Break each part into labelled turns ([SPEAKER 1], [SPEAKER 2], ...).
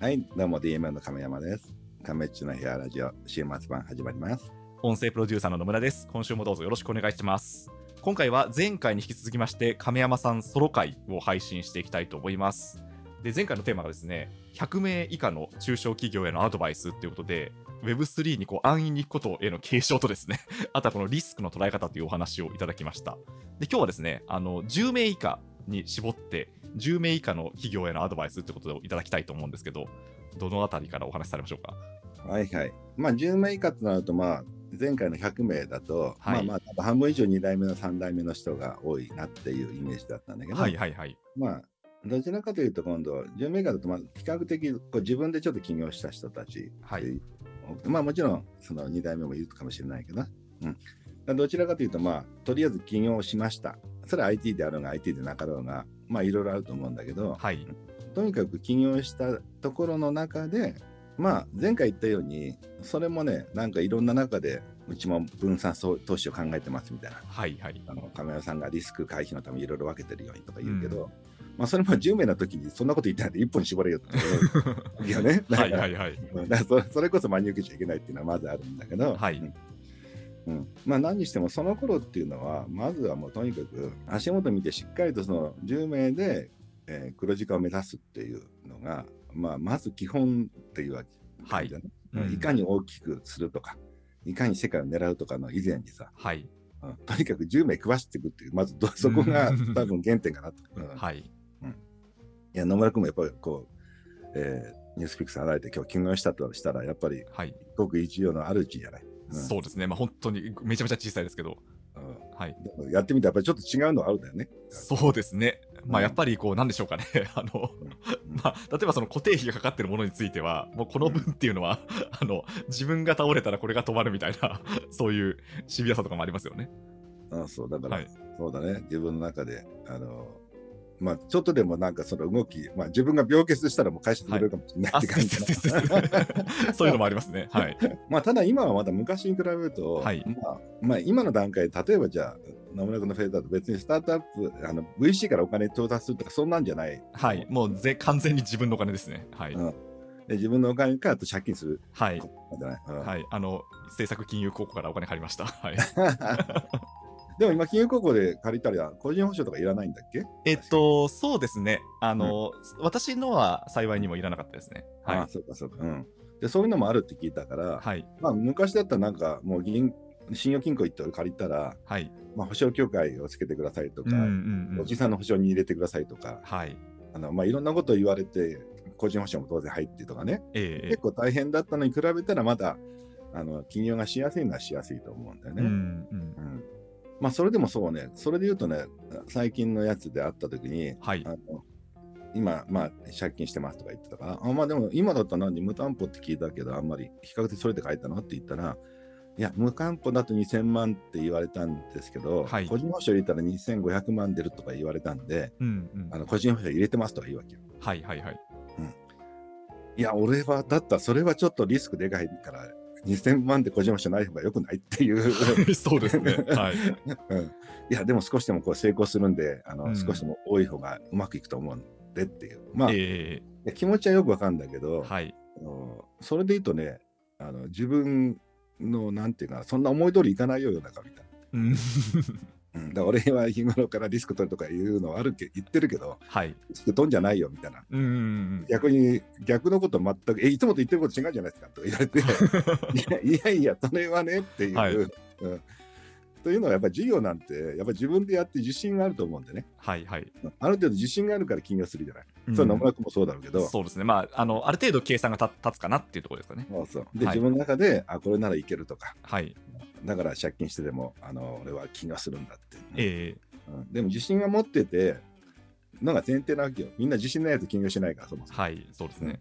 [SPEAKER 1] はい、どうも DMM の亀山です。亀っちの部屋ラジオ、週末版始まります。
[SPEAKER 2] 音声プロデューサーの野村です。今週もどうぞよろしくお願いします。今回は前回に引き続きまして、亀山さんソロ回を配信していきたいと思います。で、前回のテーマがですね、100名以下の中小企業へのアドバイスということで、Web3 にこう安易に行くことへの継承とですね、 あとはこのリスクの捉え方というお話をいただきました。で、今日はですね、あの、10名以下に絞って、10名以下の企業へのアドバイスということをいただきたいと思うんですけど、どのあたりからお話しされましょうか。
[SPEAKER 1] はいはい。まあ、10名以下となると、まあ、前回の100名だと、
[SPEAKER 2] はい
[SPEAKER 1] まあまあ、多分半分以上2代目の3代目の人が多いなっていうイメージだったんだけど、
[SPEAKER 2] はいはいはい。
[SPEAKER 1] まあ、どちらかというと、今度、10名以下だと、まあ、比較的こう自分でちょっと起業した人たち
[SPEAKER 2] は
[SPEAKER 1] って
[SPEAKER 2] い。
[SPEAKER 1] いうまあもちろんその2代目もいるかもしれないけどな、うん、だからどちらかというとまあとりあえず起業しましたそれは IT であろうが IT でなかろうがまあいろいろあると思うんだけど
[SPEAKER 2] はい。
[SPEAKER 1] とにかく起業したところの中でまあ前回言ったようにそれもねなんかいろんな中でうちも分散そう投資を考えてますみたいな
[SPEAKER 2] はいはい。
[SPEAKER 1] あの亀山さんがリスク回避のためにいろいろ分けてるようにとか言うけど、まあそれも10名の時にそんなこと言ったら1本絞れよって言うよねだか
[SPEAKER 2] は い
[SPEAKER 1] ら
[SPEAKER 2] はいはい。
[SPEAKER 1] うんだからそそれこそ真に受けちゃいけないっていうのはまずあるんだけど、
[SPEAKER 2] はい
[SPEAKER 1] うんうんまあ、何にしてもその頃っていうのはまずはもうとにかく足元見てしっかりとその10名で、えー黒字化を目指すっていうのが、まあ、まず基本っていうわけ
[SPEAKER 2] はい
[SPEAKER 1] じゃない、
[SPEAKER 2] うん
[SPEAKER 1] いかに大きくするとかいかに世界を狙うとかの以前にさ、
[SPEAKER 2] はい。
[SPEAKER 1] うんとにかく10名食わしていくっていうまずどそこが
[SPEAKER 2] うん
[SPEAKER 1] 多分原点かなと。うん
[SPEAKER 2] はい。
[SPEAKER 1] いや野村君もやっぱりこう、えーニュースピックス離れて今日勤務したとしたらやっぱり
[SPEAKER 2] はい。
[SPEAKER 1] ごく一応のあるうちじゃない。うん
[SPEAKER 2] そうですね。まあ本当にめちゃめちゃ小さいですけど。
[SPEAKER 1] うん
[SPEAKER 2] はい。
[SPEAKER 1] でもやってみたらやっぱりちょっと違うのはあるんだよね。
[SPEAKER 2] そうですね。
[SPEAKER 1] う
[SPEAKER 2] まあ
[SPEAKER 1] ん
[SPEAKER 2] やっぱりこう、なんでしょうかね。 あの、
[SPEAKER 1] うん
[SPEAKER 2] まあ、例えばその固定費がかかってるものについては、もうこの分っていうのは、あの、自分が倒れたらこれが止まるみたいな、 そういうシビアさとかもありますよね。
[SPEAKER 1] うんそうだから、
[SPEAKER 2] はい
[SPEAKER 1] そうだね自分の中であのまあちょっとでもなんかその動き、まあ、自分が病欠したらもう会社潰れるかもしれないっ
[SPEAKER 2] あ、
[SPEAKER 1] て
[SPEAKER 2] そう
[SPEAKER 1] 感
[SPEAKER 2] で
[SPEAKER 1] じ
[SPEAKER 2] す
[SPEAKER 1] だ、
[SPEAKER 2] そうですそうです そういうのもありますね。はい。
[SPEAKER 1] まあただ今はまだ昔に比べると、
[SPEAKER 2] はい
[SPEAKER 1] まあまあ、今の段階で例えばじゃあ野村君のフェーズだと別にスタートアップあの VC からお金調達するとかそんなんじゃない
[SPEAKER 2] はい。もうぜ完全に自分のお金ですね。はい。
[SPEAKER 1] うんで自分のお金からあと借金する
[SPEAKER 2] はい。
[SPEAKER 1] ことじゃない、うん
[SPEAKER 2] はい。あの、政策金融公庫からお金借りました。はい。
[SPEAKER 1] でも今金融高校で借りたら個人保証とかいらないんだっけ
[SPEAKER 2] えっと、そうですね。あの、私のは幸いにもいらなかったですね。はい。
[SPEAKER 1] ああそうかそうかうんでそういうのもあるって聞いたから、
[SPEAKER 2] はい。
[SPEAKER 1] まあ、昔だったらなんかもう銀信用金庫行って借りたら、
[SPEAKER 2] はい。
[SPEAKER 1] まあ、保証協会をつけてくださいとか、
[SPEAKER 2] ん
[SPEAKER 1] おじさんの保証に入れてくださいとか
[SPEAKER 2] はい。
[SPEAKER 1] あの、まあ、いろんなことを言われて個人保証も当然入ってとかね
[SPEAKER 2] えええ
[SPEAKER 1] 結構大変だったのに比べたらまだあの金融がしやすいのはしやすいと思うんだよ
[SPEAKER 2] えう
[SPEAKER 1] ね。
[SPEAKER 2] んうん。
[SPEAKER 1] うんまあ、それでもそうねそれで言うとね最近のやつで会った時に
[SPEAKER 2] はい
[SPEAKER 1] あ。の今、まあ、借金してますとか言ってたから、あまあでも今だったら何、無担保って聞いたけど、あんまり比較的それで書いたのって言ったら、いや、無担保だと2000万って言われたんですけど、
[SPEAKER 2] はい
[SPEAKER 1] 個人保証入れたら2500万出るとか言われたんで、
[SPEAKER 2] うんうん
[SPEAKER 1] あ。の個人保証入れてますとか言うわけよ。
[SPEAKER 2] はいはいはい。
[SPEAKER 1] いや、俺は、だったらそれはちょっとリスクでかいから、2000万で個人保証ない方がよくないって いう。
[SPEAKER 2] そうですね。 はい。
[SPEAKER 1] うんいや、でも少しでもこう成功するんで、あの
[SPEAKER 2] うん
[SPEAKER 1] 少しでも多い方がうまくいくと思うんでっていう。まあ、い
[SPEAKER 2] え
[SPEAKER 1] や気持ちはよくわかるんだけど、
[SPEAKER 2] えはい。
[SPEAKER 1] あのそれで言うとねあの自分のなんていうかなそんな思い通りいかないよ世の中みたい
[SPEAKER 2] うん。
[SPEAKER 1] な、うん、だから俺は日頃からリスク取るとかいうのはあるけ言ってるけど
[SPEAKER 2] はい。
[SPEAKER 1] リスク取んじゃないよみたいな
[SPEAKER 2] うんうんうん。
[SPEAKER 1] 逆に逆のこと全くえいつもと言ってること違うじゃないですかとか言われ ていやいやいやそれはねっていう、
[SPEAKER 2] はい
[SPEAKER 1] うん、というのはやっぱり事業なんてやっぱり自分でやって自信があると思うんでね
[SPEAKER 2] はいはい。
[SPEAKER 1] ある程度自信があるから起業するじゃない、
[SPEAKER 2] うん
[SPEAKER 1] それは野村君もそうだろうけど、
[SPEAKER 2] そうですね。まあ、あの、ある程度計算が立立つかなっていうところですかね。
[SPEAKER 1] そうそうで、
[SPEAKER 2] はい
[SPEAKER 1] 自分の中であこれならいけるとか
[SPEAKER 2] はい。
[SPEAKER 1] だから借金してでも、あの俺は気がするんだって、
[SPEAKER 2] ええ
[SPEAKER 1] うんでも自信は持ってて、のが前提なわけよ。みんな自信ないやつ金業しないから、そもそも。
[SPEAKER 2] はい。そうですね。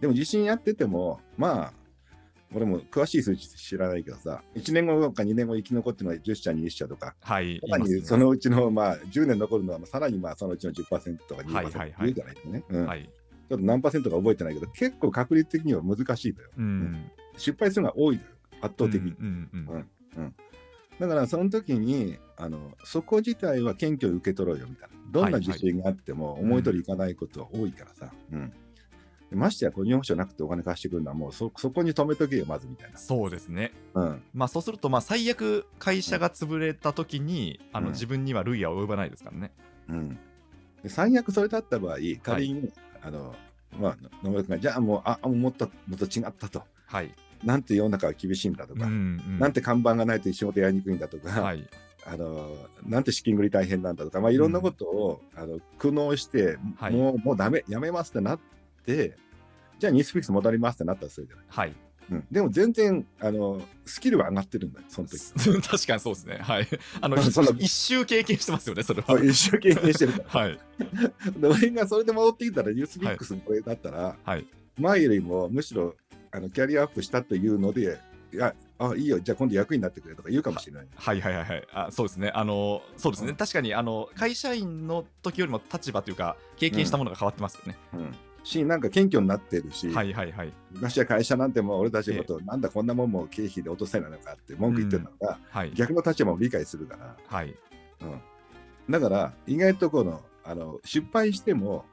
[SPEAKER 1] でも自信やってても、まあ、俺も詳しい数値知らないけどさ、1年後か2年後生き残ってるのは10社に1社とか、
[SPEAKER 2] はい。
[SPEAKER 1] さら
[SPEAKER 2] い
[SPEAKER 1] に
[SPEAKER 2] ます
[SPEAKER 1] そ
[SPEAKER 2] ね
[SPEAKER 1] のうちの、まあ、10年残るのは、まあさらにまあそのうちの10%とか
[SPEAKER 2] はいはいはい
[SPEAKER 1] 20%言うじゃないですね。うんち
[SPEAKER 2] はい。
[SPEAKER 1] ょっと何パーセントか覚えてないけど、結構確率的には難しいのよ。
[SPEAKER 2] うん。
[SPEAKER 1] 失敗するのが多いのよ、圧倒的に。
[SPEAKER 2] うんうんうん。
[SPEAKER 1] だからその時にあのそこ自体は謙虚に受け取ろうよみたいなどんな自信があっても
[SPEAKER 2] い
[SPEAKER 1] 思い通りいかないことは多いからさ、うんでましてや個人保証なくてお金貸してくるのはもうそそこに止めとけよまずみたいな、
[SPEAKER 2] そうですね。
[SPEAKER 1] うん、
[SPEAKER 2] まあそうすると、まあ最悪会社が潰れた時に、あの
[SPEAKER 1] うん
[SPEAKER 2] 自分には類は及ばないですからね。
[SPEAKER 1] うん、で最悪それだった場合仮に、あのまあ野村君がじゃあもうああもっともっと違ったと
[SPEAKER 2] はい。
[SPEAKER 1] なんて世の中は厳しいんだとか、
[SPEAKER 2] ん
[SPEAKER 1] なんて看板がないと仕事やりにくいんだとか、
[SPEAKER 2] はい。
[SPEAKER 1] あのなんて資金繰り大変なんだとか、まあ、いろんなことを、あの苦悩して、
[SPEAKER 2] はい
[SPEAKER 1] もうもうダメやめますってなってじゃあニュースフィックス戻りますってなったらそれじゃない、
[SPEAKER 2] はい。
[SPEAKER 1] うん、でも全然あのスキルは上がってるんだよその時
[SPEAKER 2] 確かにそうですね。 はい。あの、い
[SPEAKER 1] その
[SPEAKER 2] 一周経験してますよね、それ は。
[SPEAKER 1] 一生懸命してるから
[SPEAKER 2] はい。
[SPEAKER 1] で俺がそれで戻ってきたら、ニュースビックスのこれだったら、
[SPEAKER 2] はい
[SPEAKER 1] 前よりもむしろあのキャリアアップしたというので、いや、あいいよ、じゃあ今度役になってくれとか言うかもしれない。
[SPEAKER 2] はいはいはいはいあそうですねあのそうですね、
[SPEAKER 1] うん
[SPEAKER 2] 確かにあの会社員の時よりも立場というか経験したものが変わってますよね、
[SPEAKER 1] うんし、なんか謙虚になってるし、
[SPEAKER 2] はいはいはい
[SPEAKER 1] 昔は会社なんてもう俺たちのこと、なんだこんなもんも経費で落とせないのかって文句言ってるのが、
[SPEAKER 2] はい
[SPEAKER 1] 逆の立場も理解するから、
[SPEAKER 2] はい
[SPEAKER 1] うん、だから意外とこのあの失敗しても、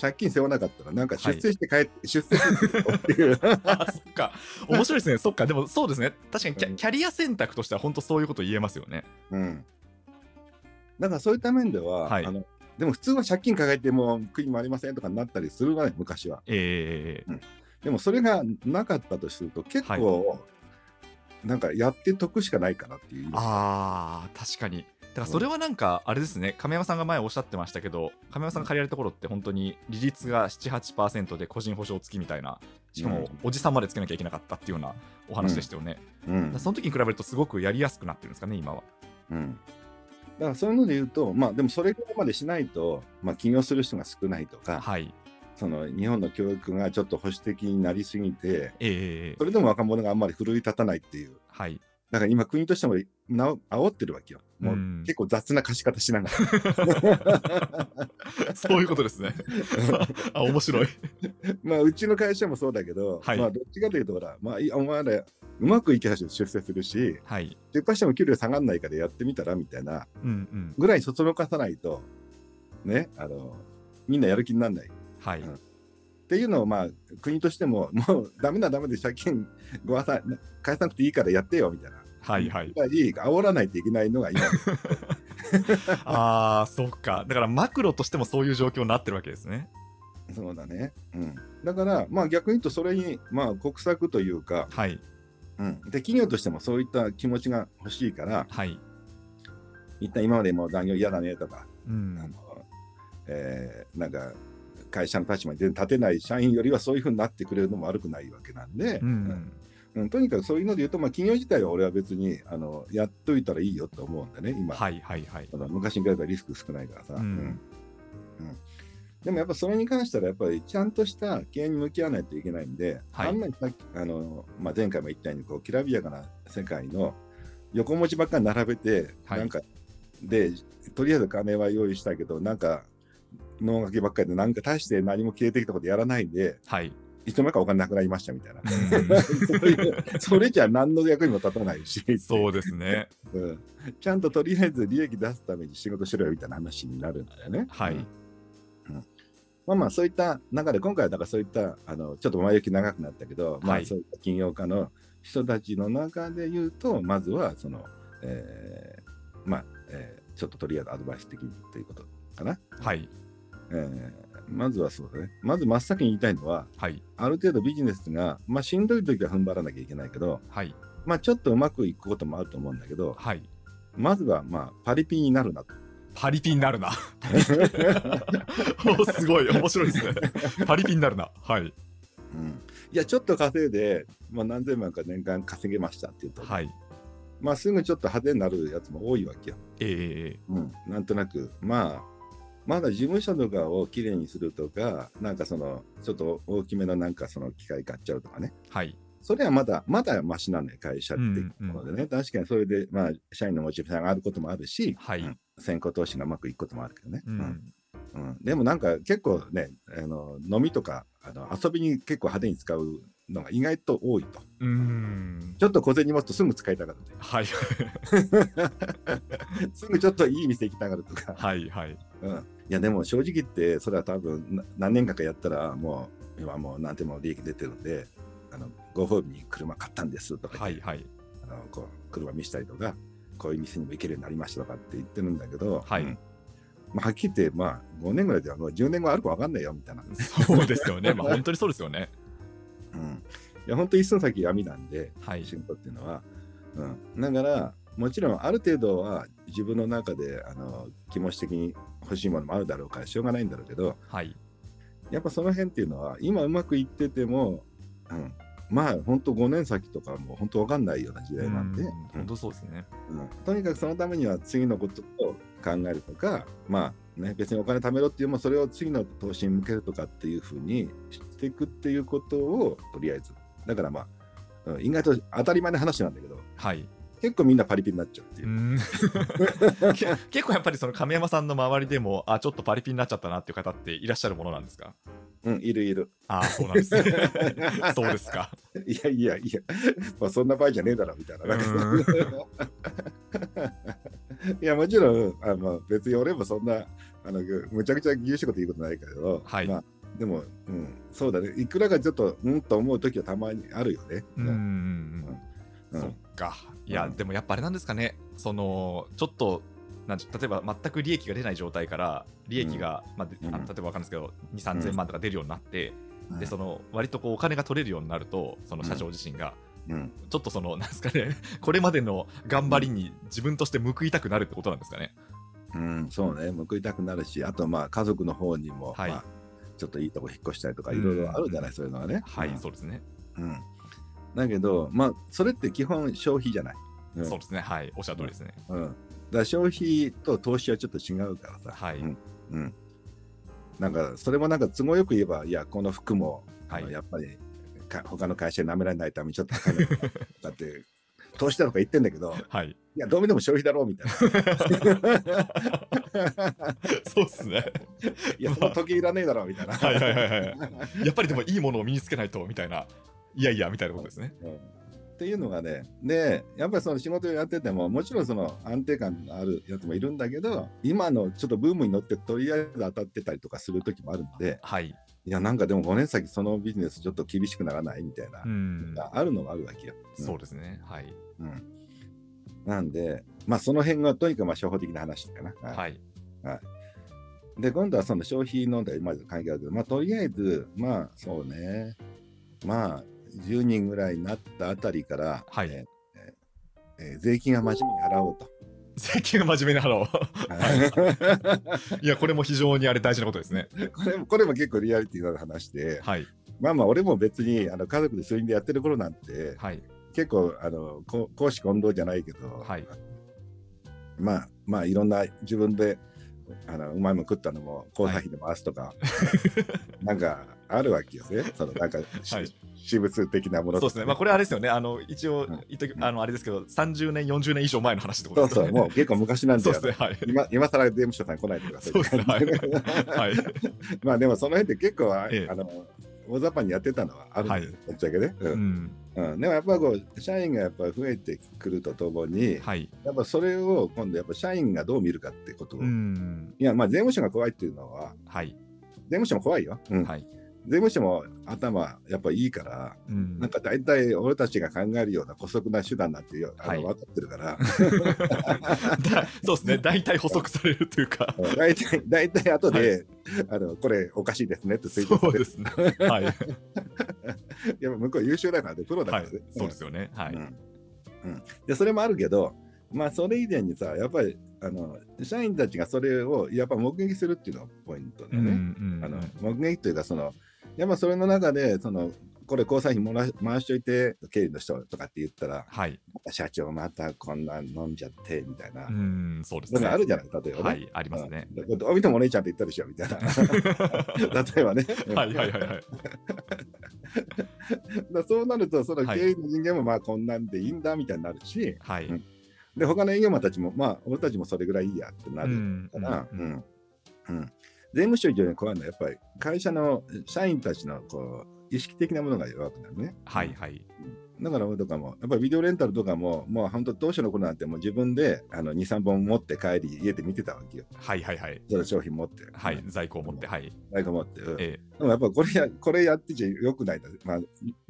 [SPEAKER 1] 借金背負わなかったら、なんか出世して帰って、出世するって いう。
[SPEAKER 2] あ そっか面白いですねそっかでもそうですね確かにキャ,、
[SPEAKER 1] うん
[SPEAKER 2] キャリア選択としては本当そういうこと言えますよね
[SPEAKER 1] うん、だからそういった面では、
[SPEAKER 2] はい
[SPEAKER 1] あのでも普通は借金抱えてもう悔いもありませんとかになったりするわね、昔は。
[SPEAKER 2] ええ
[SPEAKER 1] でもそれがなかったとすると、結構、なんかやって得しかないかなっていう。
[SPEAKER 2] あー確かにだからそれはなんかあれですね亀山さんが前おっしゃってましたけど亀山さんが借りられた頃って本当に利率が78%で個人保証付きみたいなしか
[SPEAKER 1] う
[SPEAKER 2] も
[SPEAKER 1] ん
[SPEAKER 2] おじさんまでつけなきゃいけなかったっていうようなお話でしたよね、
[SPEAKER 1] う
[SPEAKER 2] だ
[SPEAKER 1] ん
[SPEAKER 2] からその時に比べるとすごくやりやすくなってるんですかね、今は。
[SPEAKER 1] うんだからそういうので言うと、まあでもそれぐらいまでしないと、まあ起業する人が少ないとか、
[SPEAKER 2] はい。
[SPEAKER 1] その日本の教育がちょっと保守的になりすぎて、
[SPEAKER 2] ええ
[SPEAKER 1] それでも若者があんまり奮い立たないっていう。
[SPEAKER 2] はい。
[SPEAKER 1] だから今国としてもなお煽ってるわけよ。もう
[SPEAKER 2] うん
[SPEAKER 1] 結構雑な貸し方しながら。
[SPEAKER 2] そういうことです ね。あ、面白い。
[SPEAKER 1] まあ、うちの会社もそうだけど、
[SPEAKER 2] はい
[SPEAKER 1] まあ、どっちかというと、ほら、まあ、いお前ら、うまくいけば出世するし、
[SPEAKER 2] はい。
[SPEAKER 1] 出荷しても給料下がんないからやってみたらみたいな
[SPEAKER 2] うんうん。
[SPEAKER 1] ぐらいそそのかさないと、ね、あの、みんなやる気にならない。っ
[SPEAKER 2] はい。
[SPEAKER 1] うんていうのを、まあ、国としても、 もう、ダメなダメで借金ごわさ、返さなくていいからやってよ、みたいな。
[SPEAKER 2] はいはい。
[SPEAKER 1] ぐらい、煽らないといけないのが今。
[SPEAKER 2] ああ、そうか。だからマクロとしてもそういう状況になってるわけですね。
[SPEAKER 1] そうだね。うん。だから、まあ、逆に言うと、それに、まあ、国策というか、
[SPEAKER 2] はい。
[SPEAKER 1] うん。で、企業としてもそういった気持ちが欲しいから、
[SPEAKER 2] はい。
[SPEAKER 1] 一旦今までもう残業嫌だねとか、
[SPEAKER 2] う
[SPEAKER 1] あ
[SPEAKER 2] ん。
[SPEAKER 1] のえーなんか会社の立場に全然立てない社員よりはそういうふうになってくれるのも悪くないわけなんで、
[SPEAKER 2] うん。
[SPEAKER 1] うんとにかくそういうので言うと、まあ、企業自体は俺は別にあのやっといたらいいよと思うんだね、今、
[SPEAKER 2] はいはいはい。
[SPEAKER 1] あの昔に比べたらリスク少ないからさ。
[SPEAKER 2] う
[SPEAKER 1] うん
[SPEAKER 2] ん。
[SPEAKER 1] でもやっぱそれに関してはやっぱりちゃんとした経営に向き合わないといけないんで、
[SPEAKER 2] はい
[SPEAKER 1] あんまりさっきあの、まあ、前回も言ったようにこうきらびやかな世界の横文字ばっかり並べて、
[SPEAKER 2] はい
[SPEAKER 1] なんかでとりあえず金は用意したけどなんか脳書きばっかりでなんか大して何も消えてきたことやらないで
[SPEAKER 2] はい。
[SPEAKER 1] いつの間にかお金なくなりましたみたい なそういうそれじゃ何の役にも立たないし
[SPEAKER 2] そうですね。
[SPEAKER 1] うんちゃんととりあえず利益出すために仕事しろよみたいな話になるんだよね。
[SPEAKER 2] はい
[SPEAKER 1] うんうんまあまあそういった中で今回はだからそういったあのちょっと前置き長くなったけど、ま
[SPEAKER 2] は
[SPEAKER 1] あ
[SPEAKER 2] い
[SPEAKER 1] そういった起業家の人たちの中で言うとまずはその、えーまあ、えーちょっととりあえずアドバイス的にということかな、
[SPEAKER 2] はい。
[SPEAKER 1] えーまずはそうだねまず真っ先に言いたいのは
[SPEAKER 2] はい。
[SPEAKER 1] ある程度ビジネスが、まあ、しんどい時は踏ん張らなきゃいけないけど、
[SPEAKER 2] はい。
[SPEAKER 1] まあ、ちょっとうまくいくこともあると思うんだけど、
[SPEAKER 2] はい。
[SPEAKER 1] まずは、まあ、パリピになるなと。
[SPEAKER 2] パリピに なるな。おすごい。面白いですね。パリピになるな。は
[SPEAKER 1] う
[SPEAKER 2] い。
[SPEAKER 1] ん、いや、ちょっと稼いで、まあ、何千万か年間稼げましたっていうと、
[SPEAKER 2] はい。
[SPEAKER 1] まあ、すぐちょっと派手になるやつも多いわけよ。
[SPEAKER 2] ええ
[SPEAKER 1] うん、なんとなく、まあ、まだ事務所とかをきれいにするとか、なんかその、ちょっと大きめのなんかその機械買っちゃうとかね。
[SPEAKER 2] はい。
[SPEAKER 1] それはまだ、まだマシなんだよ、会社っていうことでね。確かにそれで、まあ、社員のモチベーションが上がることもあるし、
[SPEAKER 2] はい
[SPEAKER 1] うん先行投資がうまくいくこともあるけどね。
[SPEAKER 2] う
[SPEAKER 1] うん
[SPEAKER 2] ん。
[SPEAKER 1] うん、でもなんか結構ねあの飲みとかあの遊びに結構派手に使うのが意外と多いと
[SPEAKER 2] うーん。
[SPEAKER 1] ちょっと小銭持つとすぐ使いたがると
[SPEAKER 2] はい
[SPEAKER 1] かすぐちょっといい店行きたがるとか、
[SPEAKER 2] はいはい。
[SPEAKER 1] うん、いやでも正直言ってそれは多分な何年間かやったらもう今もう何でも利益出てるんであのご褒美に車買ったんですとか、
[SPEAKER 2] はいはい
[SPEAKER 1] あのこう車見したりとかこういう店にも行けるようになりましたとかって言ってるんだけど、
[SPEAKER 2] はい
[SPEAKER 1] うんまあ、はっきり言って、まあ、5年ぐらいではもう10年後あるか分かんないよみたいな、
[SPEAKER 2] そうですよねまあ本当にそうですよね
[SPEAKER 1] うん、いや本当一寸先闇なんで
[SPEAKER 2] はい
[SPEAKER 1] 仕事っていうのは、うん、だからもちろんある程度は自分の中であの気持ち的に欲しいものもあるだろうからしょうがないんだろうけど、
[SPEAKER 2] はい
[SPEAKER 1] やっぱその辺っていうのは今うまくいってても、うん、まあ本当5年先とかもう本当わかんないような時代なんで、
[SPEAKER 2] う
[SPEAKER 1] うん
[SPEAKER 2] 本当そうですね
[SPEAKER 1] うんとにかくそのためには次のことを考えるとかまあね別にお金貯めろっていうよりもそれを次の投資に向けるとかっていうふうにしていくっていうことをとりあえずだからまあ、うん意外と当たり前の話なんだけど
[SPEAKER 2] はい
[SPEAKER 1] 結構みんなパリピになっちゃうっていう
[SPEAKER 2] う。 んけ結構やっぱりその亀山さんの周りでもあちょっとパリピになっちゃったなっていう方っていらっしゃるものなんですか
[SPEAKER 1] うん、いるいる。
[SPEAKER 2] ああそうなん ですねそうですか
[SPEAKER 1] いやいやいや、 まあ、そんな場合じゃねえだろみたいな。なんかそんな
[SPEAKER 2] うん
[SPEAKER 1] いやもちろんあの別に俺もそんなあのむちゃくちゃ厳しいこと言うことないけど、
[SPEAKER 2] はい
[SPEAKER 1] まあ、でも、うん、そうだねいくらかちょっとうんと思う時はたまにあるよね。
[SPEAKER 2] うんうんうん
[SPEAKER 1] うん
[SPEAKER 2] そっかいや、
[SPEAKER 1] うん
[SPEAKER 2] でもやっぱあれなんですかねそのちょっとなんて例えば全く利益が出ない状態から利益が、まあであ
[SPEAKER 1] うん
[SPEAKER 2] の例えばわかんないですけど2 3 0 0 0万とか出るようになって、でその割とこうお金が取れるようになるとその社長自身が、
[SPEAKER 1] うん、
[SPEAKER 2] ちょっとそのなんですかねこれまでの頑張りに自分として報いたくなるってことなんですかね
[SPEAKER 1] うん、そうね報いたくなるしあとまあ家族の方にも、
[SPEAKER 2] はい
[SPEAKER 1] まあ、ちょっといいとこ引っ越したりとかいろいろあるじゃない、そういうのはね。
[SPEAKER 2] はい、
[SPEAKER 1] うん
[SPEAKER 2] そうですね、
[SPEAKER 1] うんだけどまあそれって基本消費じゃない。うん
[SPEAKER 2] そうですねはいおっしゃる通りですね、
[SPEAKER 1] うん、だから消費と投資はちょっと違うからさ、
[SPEAKER 2] はい
[SPEAKER 1] うんうん、なんかそれもなんか都合よく言えばいやこの服も、あの
[SPEAKER 2] はい
[SPEAKER 1] やっぱりか他の会社に舐められないためにちょっと高いの とかだって投資だとか言ってんだけど
[SPEAKER 2] はい
[SPEAKER 1] いやどう見ても消費だろうみたい な
[SPEAKER 2] そうですね
[SPEAKER 1] いやその時計いらねえだろうみたいな
[SPEAKER 2] はいはいはいはい やっぱりでもいいものを身につけないとみたいないやいやみたいなことですね
[SPEAKER 1] うんっていうのがね、で、やっぱりその仕事をやってても、もちろんその安定感のあるやつもいるんだけど、今のちょっとブームに乗って、とりあえず当たってたりとかする時もあるんで、
[SPEAKER 2] はい
[SPEAKER 1] いや、なんかでも5年先、そのビジネスちょっと厳しくならないみたいな、
[SPEAKER 2] うん
[SPEAKER 1] があるのがあるわけよ。
[SPEAKER 2] そうですねはい
[SPEAKER 1] うんなんで、まあ、その辺がとにかくまあ初歩的な話かな。はい
[SPEAKER 2] はい
[SPEAKER 1] で、今度はその消費の問題、まず関係あるけど、まあ、とりあえず、まあ、そうね、まあ、10人ぐらいになったあたりから、
[SPEAKER 2] はい
[SPEAKER 1] えーえー税金は真面目に払おうと。
[SPEAKER 2] 税金は真面目に払おう いやこれも非常にあれ大事なことですね
[SPEAKER 1] これもこれも結構リアリティのある話で、
[SPEAKER 2] はい
[SPEAKER 1] まあまあ、俺も別にあの家族で数人でやってる頃なんて、
[SPEAKER 2] はい
[SPEAKER 1] 結構あのこ公私混同じゃないけど、
[SPEAKER 2] はい
[SPEAKER 1] まあまあいろんな自分であのうまいもん食ったのも交際費で回すとか、なんかあるわけよねそのなんか、し
[SPEAKER 2] はい
[SPEAKER 1] 私物的なもの
[SPEAKER 2] そう
[SPEAKER 1] とか
[SPEAKER 2] ですねまあこれあれですよねあの一応
[SPEAKER 1] うん
[SPEAKER 2] 言っときあのあれですけど30年40年以上前の話ってこ
[SPEAKER 1] そ
[SPEAKER 2] と
[SPEAKER 1] う
[SPEAKER 2] ですよ
[SPEAKER 1] そう
[SPEAKER 2] ね
[SPEAKER 1] もう結構昔なんだ
[SPEAKER 2] そう
[SPEAKER 1] よ
[SPEAKER 2] ですねはい
[SPEAKER 1] 今今更税務署さん来ないでください
[SPEAKER 2] そうですねはい はい
[SPEAKER 1] まあでもその辺で結構あ、
[SPEAKER 2] ええ
[SPEAKER 1] あの大雑把にやってたのはあるんですよ、ぶっちゃけね、う
[SPEAKER 2] うんん
[SPEAKER 1] うんでもやっぱこう社員がやっぱ増えてくるとともに、
[SPEAKER 2] はい
[SPEAKER 1] やっぱそれを今度やっぱ社員がどう見るかってことを、
[SPEAKER 2] うん
[SPEAKER 1] いやまあ税務署が怖いっていうのは
[SPEAKER 2] はい
[SPEAKER 1] 税務署も怖いよ、うん
[SPEAKER 2] はい
[SPEAKER 1] 税務署も頭やっぱいいから
[SPEAKER 2] うん
[SPEAKER 1] なんか大体俺たちが考えるような姑息な手段なんてよあの
[SPEAKER 2] はい
[SPEAKER 1] 分かってるから、
[SPEAKER 2] だそうですね 大体補足されるというか
[SPEAKER 1] うん大体大体後で、あのこれおかしいですねってついて
[SPEAKER 2] そうですねはい
[SPEAKER 1] やっぱ向こう優秀だからねプロだか
[SPEAKER 2] は
[SPEAKER 1] ら
[SPEAKER 2] い
[SPEAKER 1] ね、
[SPEAKER 2] そうですよねはい
[SPEAKER 1] うんうんでそれもあるけどまあそれ以前にさやっぱりあの社員たちがそれをやっぱ目撃するっていうのがポイントだ
[SPEAKER 2] う
[SPEAKER 1] よ
[SPEAKER 2] ん
[SPEAKER 1] ね。
[SPEAKER 2] うん
[SPEAKER 1] あの目撃というかそのやっぱそれの中でそのこれ交際費もら回しといて経理の人とかって言ったら
[SPEAKER 2] はい
[SPEAKER 1] 社長またこんなん飲んじゃってみたいな、
[SPEAKER 2] うんそうです
[SPEAKER 1] なん
[SPEAKER 2] ね
[SPEAKER 1] かあるじゃない例えばね、
[SPEAKER 2] はいありますね
[SPEAKER 1] うんどう見てもお姉ちゃんって言ったでしょみたいな例 えばね、
[SPEAKER 2] はいは いはいはい
[SPEAKER 1] だからそうなるとその
[SPEAKER 2] は
[SPEAKER 1] 経
[SPEAKER 2] い
[SPEAKER 1] 理の人間もまあこんなんでいいんだみたいになるし、
[SPEAKER 2] はい
[SPEAKER 1] うんで他の営業マンたちもまあ俺たちもそれぐらいいいやってな
[SPEAKER 2] う
[SPEAKER 1] る
[SPEAKER 2] ん
[SPEAKER 1] から、うん
[SPEAKER 2] うん
[SPEAKER 1] うん税務署以上に怖いのはやっぱり会社の社員たちのこう意識的なものが弱くなるね。
[SPEAKER 2] はいはい。
[SPEAKER 1] だから俺とかも、やっぱりビデオレンタルとかも、もう本当、当初の頃なんて、もう自分であの2、3本持って帰り、家で見てたわけよ。
[SPEAKER 2] はいはいはい。
[SPEAKER 1] その商品持って。
[SPEAKER 2] はい、在庫を持って、はい。
[SPEAKER 1] ないと思って。うん
[SPEAKER 2] え
[SPEAKER 1] でもやっぱこれや、これやってちゃよくないだ。まあ、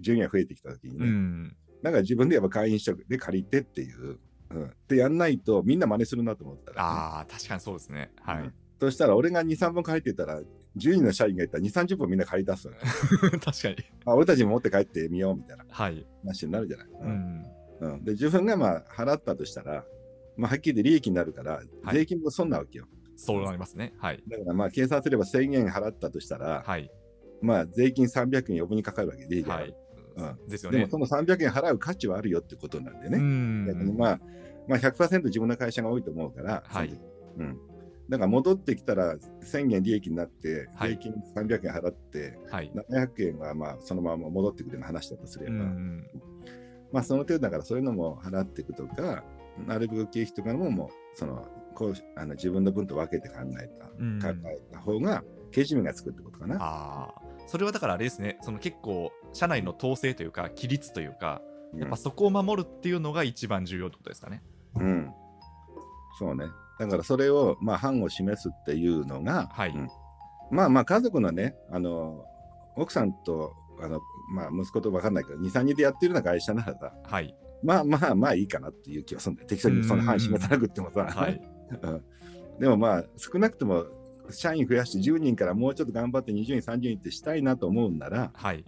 [SPEAKER 1] 順位が増えてきた時に
[SPEAKER 2] えう
[SPEAKER 1] ね。
[SPEAKER 2] ん。
[SPEAKER 1] だから自分でやっぱ会員取得で借りてっていう。うん。で、やんないとみんな真似するなと思ったら、
[SPEAKER 2] ああ、確かにそうですね。は
[SPEAKER 1] う
[SPEAKER 2] い
[SPEAKER 1] ん。そしたら俺が2、3本借りてたら、10人の社員がいたら2、30本みんな借り出すのよ
[SPEAKER 2] 確かに。
[SPEAKER 1] あ俺たちも持って帰ってみようみたいな
[SPEAKER 2] はい。
[SPEAKER 1] 話になるじゃない。
[SPEAKER 2] う。ん。
[SPEAKER 1] うん、で、自分がまあ払ったとしたら、まあ、はっきり利益になるから、
[SPEAKER 2] はい
[SPEAKER 1] 税金も損なわけよ。
[SPEAKER 2] そうなりますね。はい。
[SPEAKER 1] だからまあ計算すれば1000円払ったとしたら、
[SPEAKER 2] はい。
[SPEAKER 1] まあ税金300円余分にかかるわけで、利益が
[SPEAKER 2] はい。
[SPEAKER 1] うん
[SPEAKER 2] ですよ
[SPEAKER 1] で
[SPEAKER 2] ね
[SPEAKER 1] も。その300円払う価値はあるよってことなんでね。
[SPEAKER 2] うん
[SPEAKER 1] 逆にまあ、まあ、100%自分の会社が多いと思うから、
[SPEAKER 2] はい
[SPEAKER 1] その時うん、だから戻ってきたら1000円利益になって、
[SPEAKER 2] はい
[SPEAKER 1] 税金300円払って、
[SPEAKER 2] はい。
[SPEAKER 1] 700円はまあそのまま戻ってくるような話だとすれ
[SPEAKER 2] う
[SPEAKER 1] ば、
[SPEAKER 2] ん。
[SPEAKER 1] まあ、その程度だからそういうのも払っていくとか、なるべく経費とかももうそのこうあの自分の分と分けて考えた、
[SPEAKER 2] うん
[SPEAKER 1] 考えた方が、けじめがつくってことかな。
[SPEAKER 2] ああ。それはだからあれですね、その結構、社内の統制というか、規律というか、
[SPEAKER 1] うん
[SPEAKER 2] やっぱそこを守るっていうのが一番重要ってことですかね。
[SPEAKER 1] うん、そうね。だからそれを、まあ、範を示すっていうのが、
[SPEAKER 2] はい
[SPEAKER 1] うんまあまあ家族のね、あの奥さんとあの、まあ、息子と分かんないけど、2、3人でやってるような会社ならさ、
[SPEAKER 2] はい。
[SPEAKER 1] まあまあまあいいかなっていう気はするんだよ。適当にその範示さなくってもさ。
[SPEAKER 2] はい。
[SPEAKER 1] でもまあ少なくとも社員増やして10人からもうちょっと頑張って20人、30人ってしたいなと思うんなら、
[SPEAKER 2] はい。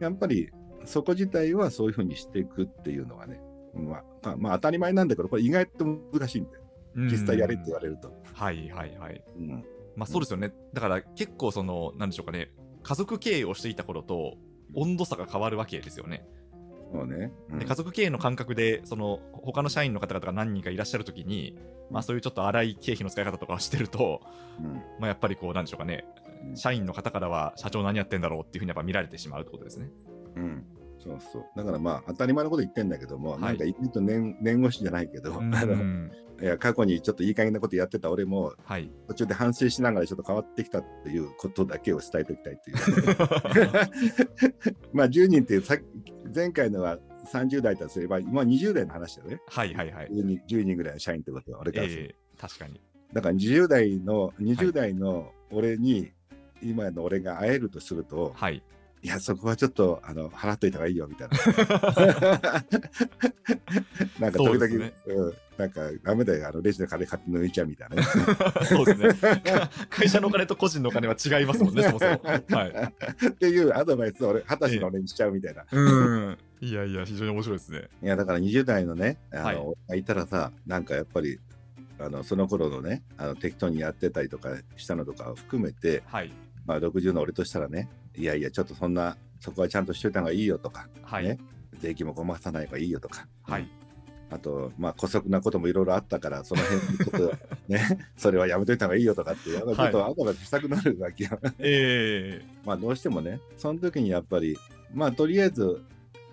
[SPEAKER 1] やっぱりそこ自体はそういうふうにしていくっていうのはね、まあ、まあ、まあ当たり前なんだけど、これ意外と難しいんだよ。実際やれって言われると。
[SPEAKER 2] うんはいはいはい。
[SPEAKER 1] うん
[SPEAKER 2] まあそうですよね、だから結構その、なんでしょうかね、家族経営をしていた頃と温度差が変わるわけですよね。
[SPEAKER 1] そうね。うん
[SPEAKER 2] で家族経営の感覚で、その他の社員の方々が何人かいらっしゃるときに、まあ、そういうちょっと荒い経費の使い方とかをしてると、
[SPEAKER 1] うん
[SPEAKER 2] まあ、やっぱりこう、なんでしょうかね、社員の方からは社長何やってんだろうっていうふうにやっぱ見られてしまうってことですね。
[SPEAKER 1] うん、そうそう。だからまあ当たり前のこと言ってんだけども、
[SPEAKER 2] はい
[SPEAKER 1] なんか言うと年年越しじゃないけど、あ
[SPEAKER 2] う
[SPEAKER 1] の
[SPEAKER 2] ん
[SPEAKER 1] いや過去にちょっといい加減なことやってた俺も
[SPEAKER 2] はい
[SPEAKER 1] 途中で反省しながらちょっと変わってきたっていうことだけを伝えておきたいという、まあ10人っていうさっき前回のは30代とすれば今20代の話だよね。
[SPEAKER 2] はいはいはい。
[SPEAKER 1] 10人 ,10 人ぐらいの社員ってことは俺からすると、
[SPEAKER 2] えー確かに。
[SPEAKER 1] だから20代の
[SPEAKER 2] は
[SPEAKER 1] 20
[SPEAKER 2] い
[SPEAKER 1] 代の俺に、今の俺が会えるとすると、
[SPEAKER 2] はい。
[SPEAKER 1] いや、そこはちょっとあの払っといた方がいいよみ たいな。なんか
[SPEAKER 2] そう
[SPEAKER 1] 時
[SPEAKER 2] で
[SPEAKER 1] 々、
[SPEAKER 2] すね
[SPEAKER 1] うん、なんかダメだよ、あのレジの金買って抜いちゃうみたいなね。
[SPEAKER 2] そうですね。 か会社のお金と個人のお金は違いますも んね、そもそも。はい。
[SPEAKER 1] っていうアドバイスを俺、二十歳の俺にしちゃうみたいな。
[SPEAKER 2] うん。いやいや、非常に面白いですね。
[SPEAKER 1] いや、だから20代のね、あの、
[SPEAKER 2] はい
[SPEAKER 1] 俺がいたらさ、なんかやっぱり、あのその頃のねあの適当にやってたりとかしたのとかを含めて、
[SPEAKER 2] はい。
[SPEAKER 1] まあ、60の俺としたらねいやいやちょっとそんなそこはちゃんとしといた方がいいよとか、
[SPEAKER 2] はい。
[SPEAKER 1] ね税金もごまかさない方がいいよとか、
[SPEAKER 2] はい。
[SPEAKER 1] あと、まあ、姑息なこともいろいろあったから、その辺ちょっとね、 それはやめといた方がいいよとかって、やっぱりちょっとアドバイスしたくなるわけよ。
[SPEAKER 2] ええ
[SPEAKER 1] まあ、どうしてもね、その時にやっぱり、まあ、とりあえず、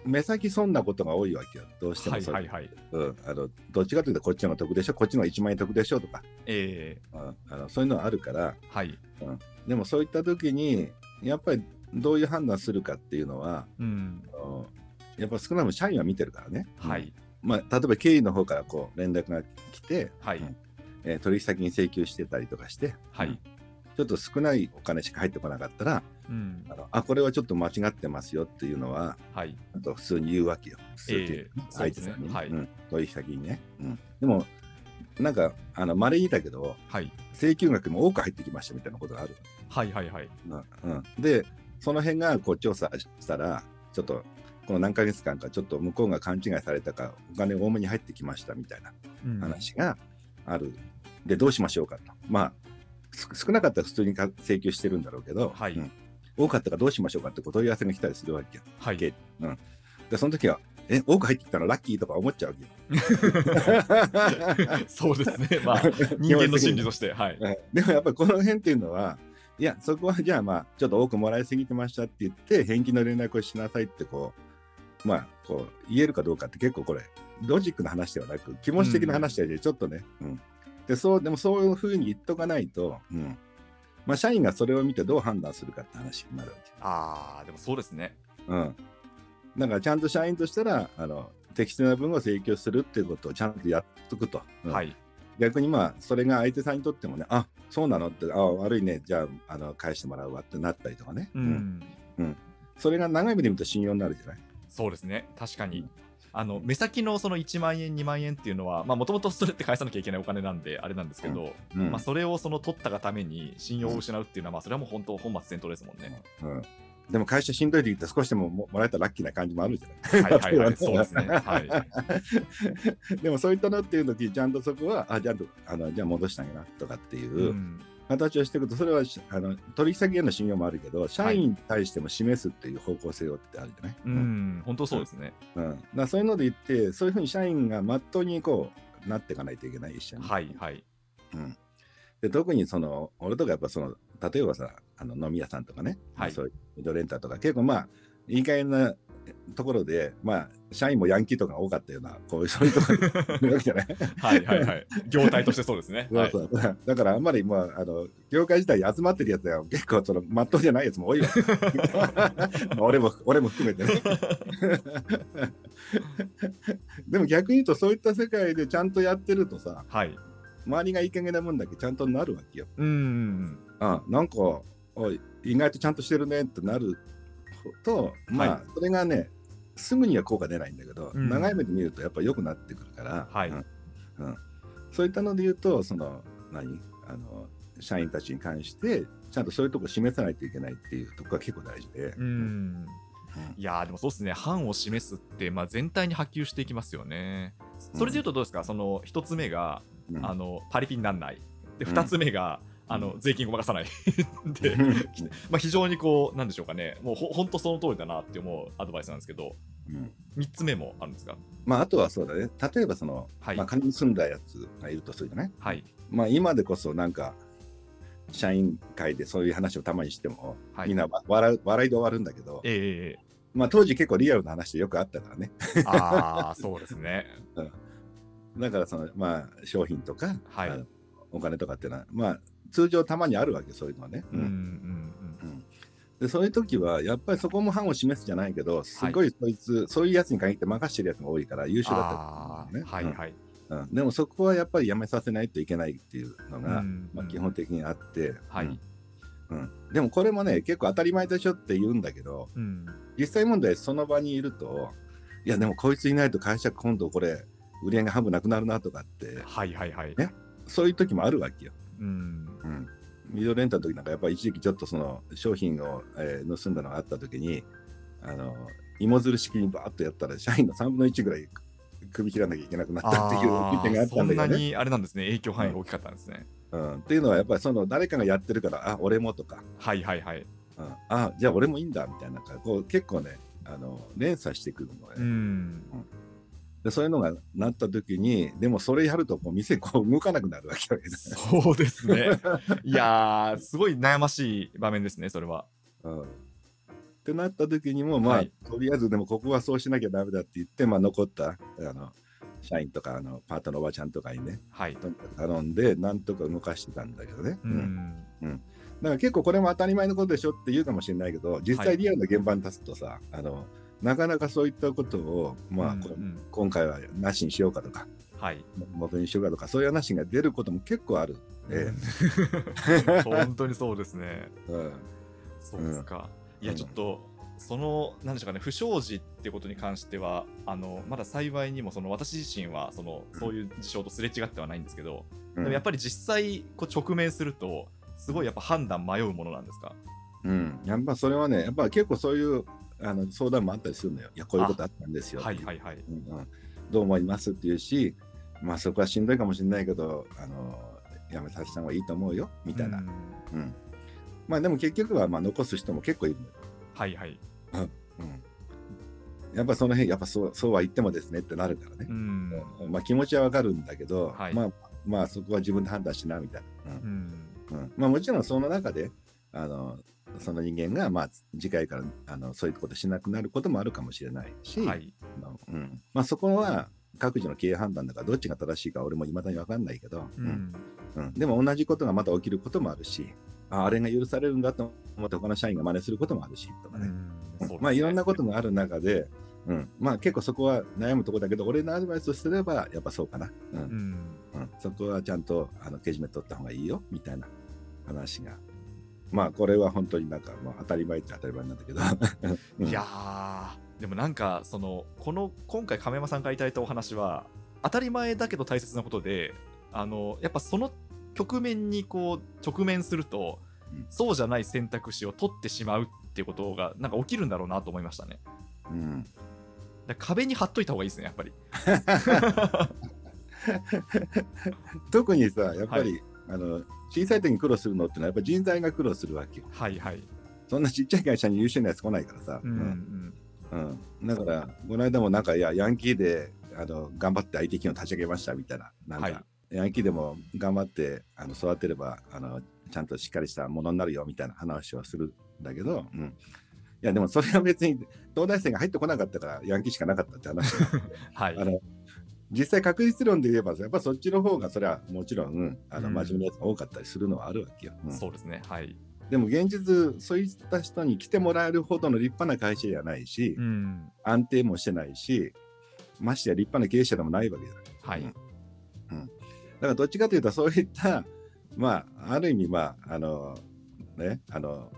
[SPEAKER 1] 目先そんなことが多いわけよ。どうして
[SPEAKER 2] は
[SPEAKER 1] も
[SPEAKER 2] い
[SPEAKER 1] そ
[SPEAKER 2] は
[SPEAKER 1] れ
[SPEAKER 2] いはい。
[SPEAKER 1] うんあのどっちかというと、こっちの方が得でしょ、こっちの方が1万円得でしょとか、
[SPEAKER 2] え
[SPEAKER 1] う
[SPEAKER 2] え
[SPEAKER 1] んあのそういうのはあるから、
[SPEAKER 2] はい。
[SPEAKER 1] でもそういった時に、やっぱりどういう判断するかっていうのは、
[SPEAKER 2] うん。
[SPEAKER 1] あのやっぱ少なくとも社員は見てるからね。
[SPEAKER 2] はい。
[SPEAKER 1] まあ、例えば経理の方からこう連絡が来て、
[SPEAKER 2] は
[SPEAKER 1] う
[SPEAKER 2] い
[SPEAKER 1] ん。えー取引先に請求してたりとかして、
[SPEAKER 2] は
[SPEAKER 1] うん
[SPEAKER 2] い。
[SPEAKER 1] ちょっと少ないお金しか入ってこなかったら、
[SPEAKER 2] うん。
[SPEAKER 1] あのあこれはちょっと間違ってますよっていうのは、
[SPEAKER 2] はい。
[SPEAKER 1] あと普通に言うわけよ。普通に
[SPEAKER 2] ええそう
[SPEAKER 1] 相
[SPEAKER 2] で
[SPEAKER 1] 手
[SPEAKER 2] すね
[SPEAKER 1] さんに、
[SPEAKER 2] はい
[SPEAKER 1] うん取引先にね。うんでも、なんか、まれにだけど、
[SPEAKER 2] はい。
[SPEAKER 1] 請求額も多く入ってきましたみたいなことがある。
[SPEAKER 2] はいはいはい。
[SPEAKER 1] うんうんで、その辺がこう調査したら、ちょっと、この何ヶ月間か、ちょっと向こうが勘違いされたか、お金多めに入ってきましたみたいな。
[SPEAKER 2] うん
[SPEAKER 1] 話がある。で、どうしましょうかと。まあ、す少なかったら普通にか請求してるんだろうけど、
[SPEAKER 2] はい
[SPEAKER 1] うん多かったからどうしましょうかってお問い合わせが来たりするわけよ。
[SPEAKER 2] は
[SPEAKER 1] け
[SPEAKER 2] い。
[SPEAKER 1] で、その時は、え、多く入ってきたらラッキーとか思っちゃうわけよ。
[SPEAKER 2] そうですね。まあ、人間の心理として。はい。
[SPEAKER 1] でもやっぱりこの辺っていうのは、いや、そこはじゃあまあ、ちょっと多くもらいすぎてましたって言って、返金の連絡をしなさいってこう、まあ、こう、言えるかどうかって結構これ、ロジックの話ではなく、気持ち的な話で、ちょっとね、うん。で、そう、でもそういうふうに言っとかないと、うん。まあ、社員がそれを見てどう判断するかって話になるわけ。
[SPEAKER 2] ああ、でもそうですね。
[SPEAKER 1] うん。だからちゃんと社員としたら、あの、適正な分を請求するっていうことをちゃんとやっとくと。うん
[SPEAKER 2] はい。
[SPEAKER 1] 逆にまあ、それが相手さんにとってもね、あそうなのって、あ悪いね、じゃあ、あの、返してもらうわってなったりとかね。
[SPEAKER 2] うん。
[SPEAKER 1] それが長い目で見ると信用になるじゃない。
[SPEAKER 2] そうですね。確かに。
[SPEAKER 1] うん
[SPEAKER 2] あの目先のその1万円、2万円っていうのは、もともとそれって返さなきゃいけないお金なんで、あれなんですけど、
[SPEAKER 1] うん
[SPEAKER 2] まあ、それをその取ったがために信用を失うっていうのは、まあ、それはもう本当、本末転倒ですもんね。
[SPEAKER 1] うんでも会社しんどいって言って少しでもももらえたらラッキーな感じもあるじゃない。
[SPEAKER 2] はいは いはい、そうですね。はい、
[SPEAKER 1] でもそういった のっていう時ちゃんとそこはあじゃああのじゃあ戻したんやなとかって いううん形をしていくと、それはしあの取引先への信用もあるけど社員に対しても示すっていう方向性をってあるじゃない、
[SPEAKER 2] うん、本当そうですね。
[SPEAKER 1] うんだからそういうので言ってそういうふうに社員がまっとうにこうなっていかないといけない一緒に、
[SPEAKER 2] はいはい。
[SPEAKER 1] うん、で特にその俺とかやっぱその例えばさあの飲み屋さんとかね、
[SPEAKER 2] はい
[SPEAKER 1] そういうドレンターとか結構まあいい加減なところでまあ社員もヤンキーとかが多かったようなこういうそういうところにいるわけ じゃない
[SPEAKER 2] はいはいはい。業態としてそうですね。
[SPEAKER 1] そ
[SPEAKER 2] は
[SPEAKER 1] う
[SPEAKER 2] い
[SPEAKER 1] そ、う だからあんまり、まあ、あの業界自体集まってるやつは結構そのまっとうじゃないやつも 多いわ俺も俺も含めてねでも逆に言うとそういった世界でちゃんとやってるとさ
[SPEAKER 2] はい。
[SPEAKER 1] 周りがいい加減なもんだけどちゃんとなるわけよ
[SPEAKER 2] うん。
[SPEAKER 1] あなんかおい意外とちゃんとしてるねってなるとまあ、
[SPEAKER 2] は
[SPEAKER 1] それがねすぐには効果出ないんだけど、
[SPEAKER 2] うん
[SPEAKER 1] 長い目で見るとやっぱ良くなってくるから、
[SPEAKER 2] はい
[SPEAKER 1] うんうんそういったので言うとその何あの社員たちに関してちゃんとそういうとこ示さないといけないっていうとこが結構大事で、
[SPEAKER 2] うん。いやーでもそうですね、範を示すって、まあ、全体に波及していきますよね。それでいうと、どうですか、その1つ目が、
[SPEAKER 1] うん
[SPEAKER 2] あのパリピにならない、で
[SPEAKER 1] うん
[SPEAKER 2] 2つ目が、あ
[SPEAKER 1] う
[SPEAKER 2] の税金ごまかさないで、まあ、非常にこう、なんでしょうかね、もうほ本当その通りだなって思うアドバイスなんですけど、
[SPEAKER 1] うん
[SPEAKER 2] 3つ目もあるんですか。
[SPEAKER 1] まああとはそうだね例えばその、
[SPEAKER 2] はい
[SPEAKER 1] まあ、仮に住んだやつがいるとするじゃない
[SPEAKER 2] はい、
[SPEAKER 1] まあ今でこそなんか社員会でそういう話をたまにしても、
[SPEAKER 2] はい、
[SPEAKER 1] みんなわ笑う笑いで終わるんだけど、
[SPEAKER 2] えええ
[SPEAKER 1] まあ、当時結構リアルな話でよくあったからね
[SPEAKER 2] えええああ、そうですね。
[SPEAKER 1] だからその、まあ、商品とか、
[SPEAKER 2] はい
[SPEAKER 1] あのお金とかっていうのは、まあ、通常たまにあるわけそういうのはね、
[SPEAKER 2] うんうん
[SPEAKER 1] うんでそういう時はやっぱりそこも範を示すじゃないけどすごいそいつ、そういうやつに限って任してるやつが多いから優
[SPEAKER 2] うん。
[SPEAKER 1] 秀だ
[SPEAKER 2] あ
[SPEAKER 1] った
[SPEAKER 2] あ、
[SPEAKER 1] り
[SPEAKER 2] はいはい。
[SPEAKER 1] うんうんでもそこはやっぱりやめさせないといけないっていうのが、
[SPEAKER 2] うん
[SPEAKER 1] まあ、基本的にあって、
[SPEAKER 2] は
[SPEAKER 1] うん
[SPEAKER 2] い。
[SPEAKER 1] うんでもこれもね結構当たり前でしょって言うんだけど、
[SPEAKER 2] うん。
[SPEAKER 1] 実際問題その場にいるといやでもこいついないと会社今度これ売り上げ半分なくなるなとかって
[SPEAKER 2] はいはいはい。
[SPEAKER 1] ねそういう時もあるわけよ。
[SPEAKER 2] うん。
[SPEAKER 1] うん、ミドルレンタの時なんかやっぱり一時期ちょっとその商品を、えー盗んだのがあった時にあの芋づる式にバーッとやったら社員の3分の1ぐらい首切らなきゃいけなくなったっていう意見があ
[SPEAKER 2] あー
[SPEAKER 1] った
[SPEAKER 2] そ
[SPEAKER 1] んだ
[SPEAKER 2] ん
[SPEAKER 1] けど
[SPEAKER 2] な
[SPEAKER 1] ね。
[SPEAKER 2] にあれなんですね、影響範囲が大きかったんですね。
[SPEAKER 1] うん、っていうのはやっぱりその誰かがやってるからあ俺もとか、
[SPEAKER 2] はいはいはい。
[SPEAKER 1] うん、あじゃあ俺もいいんだみたいなこう結構ねあの連鎖してくるのね。
[SPEAKER 2] うん。
[SPEAKER 1] でそういうのがなった時にでもそれやるとこう店こう動かなくなるわけよね、
[SPEAKER 2] そうですね。いやー、すごい悩ましい場面ですね、それは。
[SPEAKER 1] うん。ってなった時にもまあ、
[SPEAKER 2] はい
[SPEAKER 1] とりあえずでもここはそうしなきゃダメだって言って、まあ、残ったあの社員とかあのパートのおばちゃんとかにね
[SPEAKER 2] はい。
[SPEAKER 1] とにかく頼んでなんとか動かしてたんだけどね、
[SPEAKER 2] う
[SPEAKER 1] うん
[SPEAKER 2] ん。
[SPEAKER 1] だから結構これも当たり前のことでしょって言うかもしれないけど実
[SPEAKER 2] は
[SPEAKER 1] 際
[SPEAKER 2] い
[SPEAKER 1] リアルな現場に立つとさ、あのなかなかそういったことを、まあ
[SPEAKER 2] うん
[SPEAKER 1] これ
[SPEAKER 2] うん
[SPEAKER 1] 今回はなしにしようかとか
[SPEAKER 2] はい。
[SPEAKER 1] 元にしようかとかそういう話が出ることも結構あるんで。
[SPEAKER 2] 本当にそうですね。
[SPEAKER 1] うん
[SPEAKER 2] そうですか。
[SPEAKER 1] うん
[SPEAKER 2] いや、ちょっと、その、なんでしょうかね、不祥事ってことに関しては、あの、まだ幸いにも、その、私自身は、その、そういう事象とすれ違ってはないんですけど、でもやっぱり実際、こう、直面すると、すごいやっぱ判断迷うものなんですか
[SPEAKER 1] うん、やっぱそれはね、やっぱ結構そういうあの相談もあったりするのよ。いや、こういうことあったんですよ。
[SPEAKER 2] はいはいはい。
[SPEAKER 1] うんうんどう思いますっていうし、まあそこはしんどいかもしれないけど、あのやめさせた方がいいと思うよみたいな。
[SPEAKER 2] う
[SPEAKER 1] うん
[SPEAKER 2] ん
[SPEAKER 1] まあでも結局はまあ残す人も結構いるのよ。
[SPEAKER 2] はいはい。
[SPEAKER 1] うん、やっぱその辺、やっぱそうそうは言ってもですねってなるからね
[SPEAKER 2] う。ん。
[SPEAKER 1] うんまあ気持ちはわかるんだけど、
[SPEAKER 2] はい
[SPEAKER 1] まあまあそこは自分で判断しなみたいな。うん
[SPEAKER 2] うん。
[SPEAKER 1] うん、まあもちろんその中であのその人間がまあ次回からあのそういうことしなくなることもあるかもしれないし、
[SPEAKER 2] はい。
[SPEAKER 1] あのうんまあ、そこは各自の経営判断だからどっちが正しいか俺もいまだに分かんないけど、
[SPEAKER 2] うん。
[SPEAKER 1] うんでも同じことがまた起きることもあるし、ああれが許されるんだと思って他の社員が真似することもあるしとかね、
[SPEAKER 2] そうですね
[SPEAKER 1] まあいろんなことがある中で、うん、まあ結構そこは悩むところだけど俺のアドバイスをすればやっぱそうかな、うん
[SPEAKER 2] うん
[SPEAKER 1] うんそこはちゃんとあのけじめ取った方がいいよみたいな話がまあこれは本当になんか、まあ、当たり前って当たり前なんだけど うん
[SPEAKER 2] いやーでもなんかそのこの今回亀山さんからいただいたお話は当たり前だけど大切なことであのやっぱその局面にこう直面すると、
[SPEAKER 1] うん
[SPEAKER 2] そうじゃない選択肢を取ってしまうっていうことがなんか起きるんだろうなと思いましたね
[SPEAKER 1] うん、
[SPEAKER 2] だから壁に貼っといた方がいいですねやっぱり
[SPEAKER 1] 特にさやっぱり、あの小さい時に苦労するのってのはやっぱり人材が苦労するわけよ
[SPEAKER 2] はいはい
[SPEAKER 1] そんなちっちゃい会社に優秀なやつ来ないからさ、
[SPEAKER 2] うんうん
[SPEAKER 1] うんだからこの間もなんかいやヤンキーであの頑張って IT 企業立ち上げましたみたいななんか、
[SPEAKER 2] はい
[SPEAKER 1] ヤンキーでも頑張ってあの育てればあのちゃんとしっかりしたものになるよみたいな話をするんだけど、うん、いやでもそれは別に東大生が入ってこなかったからヤンキーしかなかったって話
[SPEAKER 2] はい
[SPEAKER 1] あの実際確率論で言えばやっぱそっちの方がそれはもちろんあの
[SPEAKER 2] うん
[SPEAKER 1] 真面目なやつが多かったりするのはあるわけよ。うん
[SPEAKER 2] そうですねはい
[SPEAKER 1] でも現実そういった人に来てもらえるほどの立派な会社ではないし、
[SPEAKER 2] うん
[SPEAKER 1] 安定もしてないしましてや立派な経営者でもないわけじゃないだ
[SPEAKER 2] はい、
[SPEAKER 1] うんからどっちかというとそういったまあある意味まああのねあの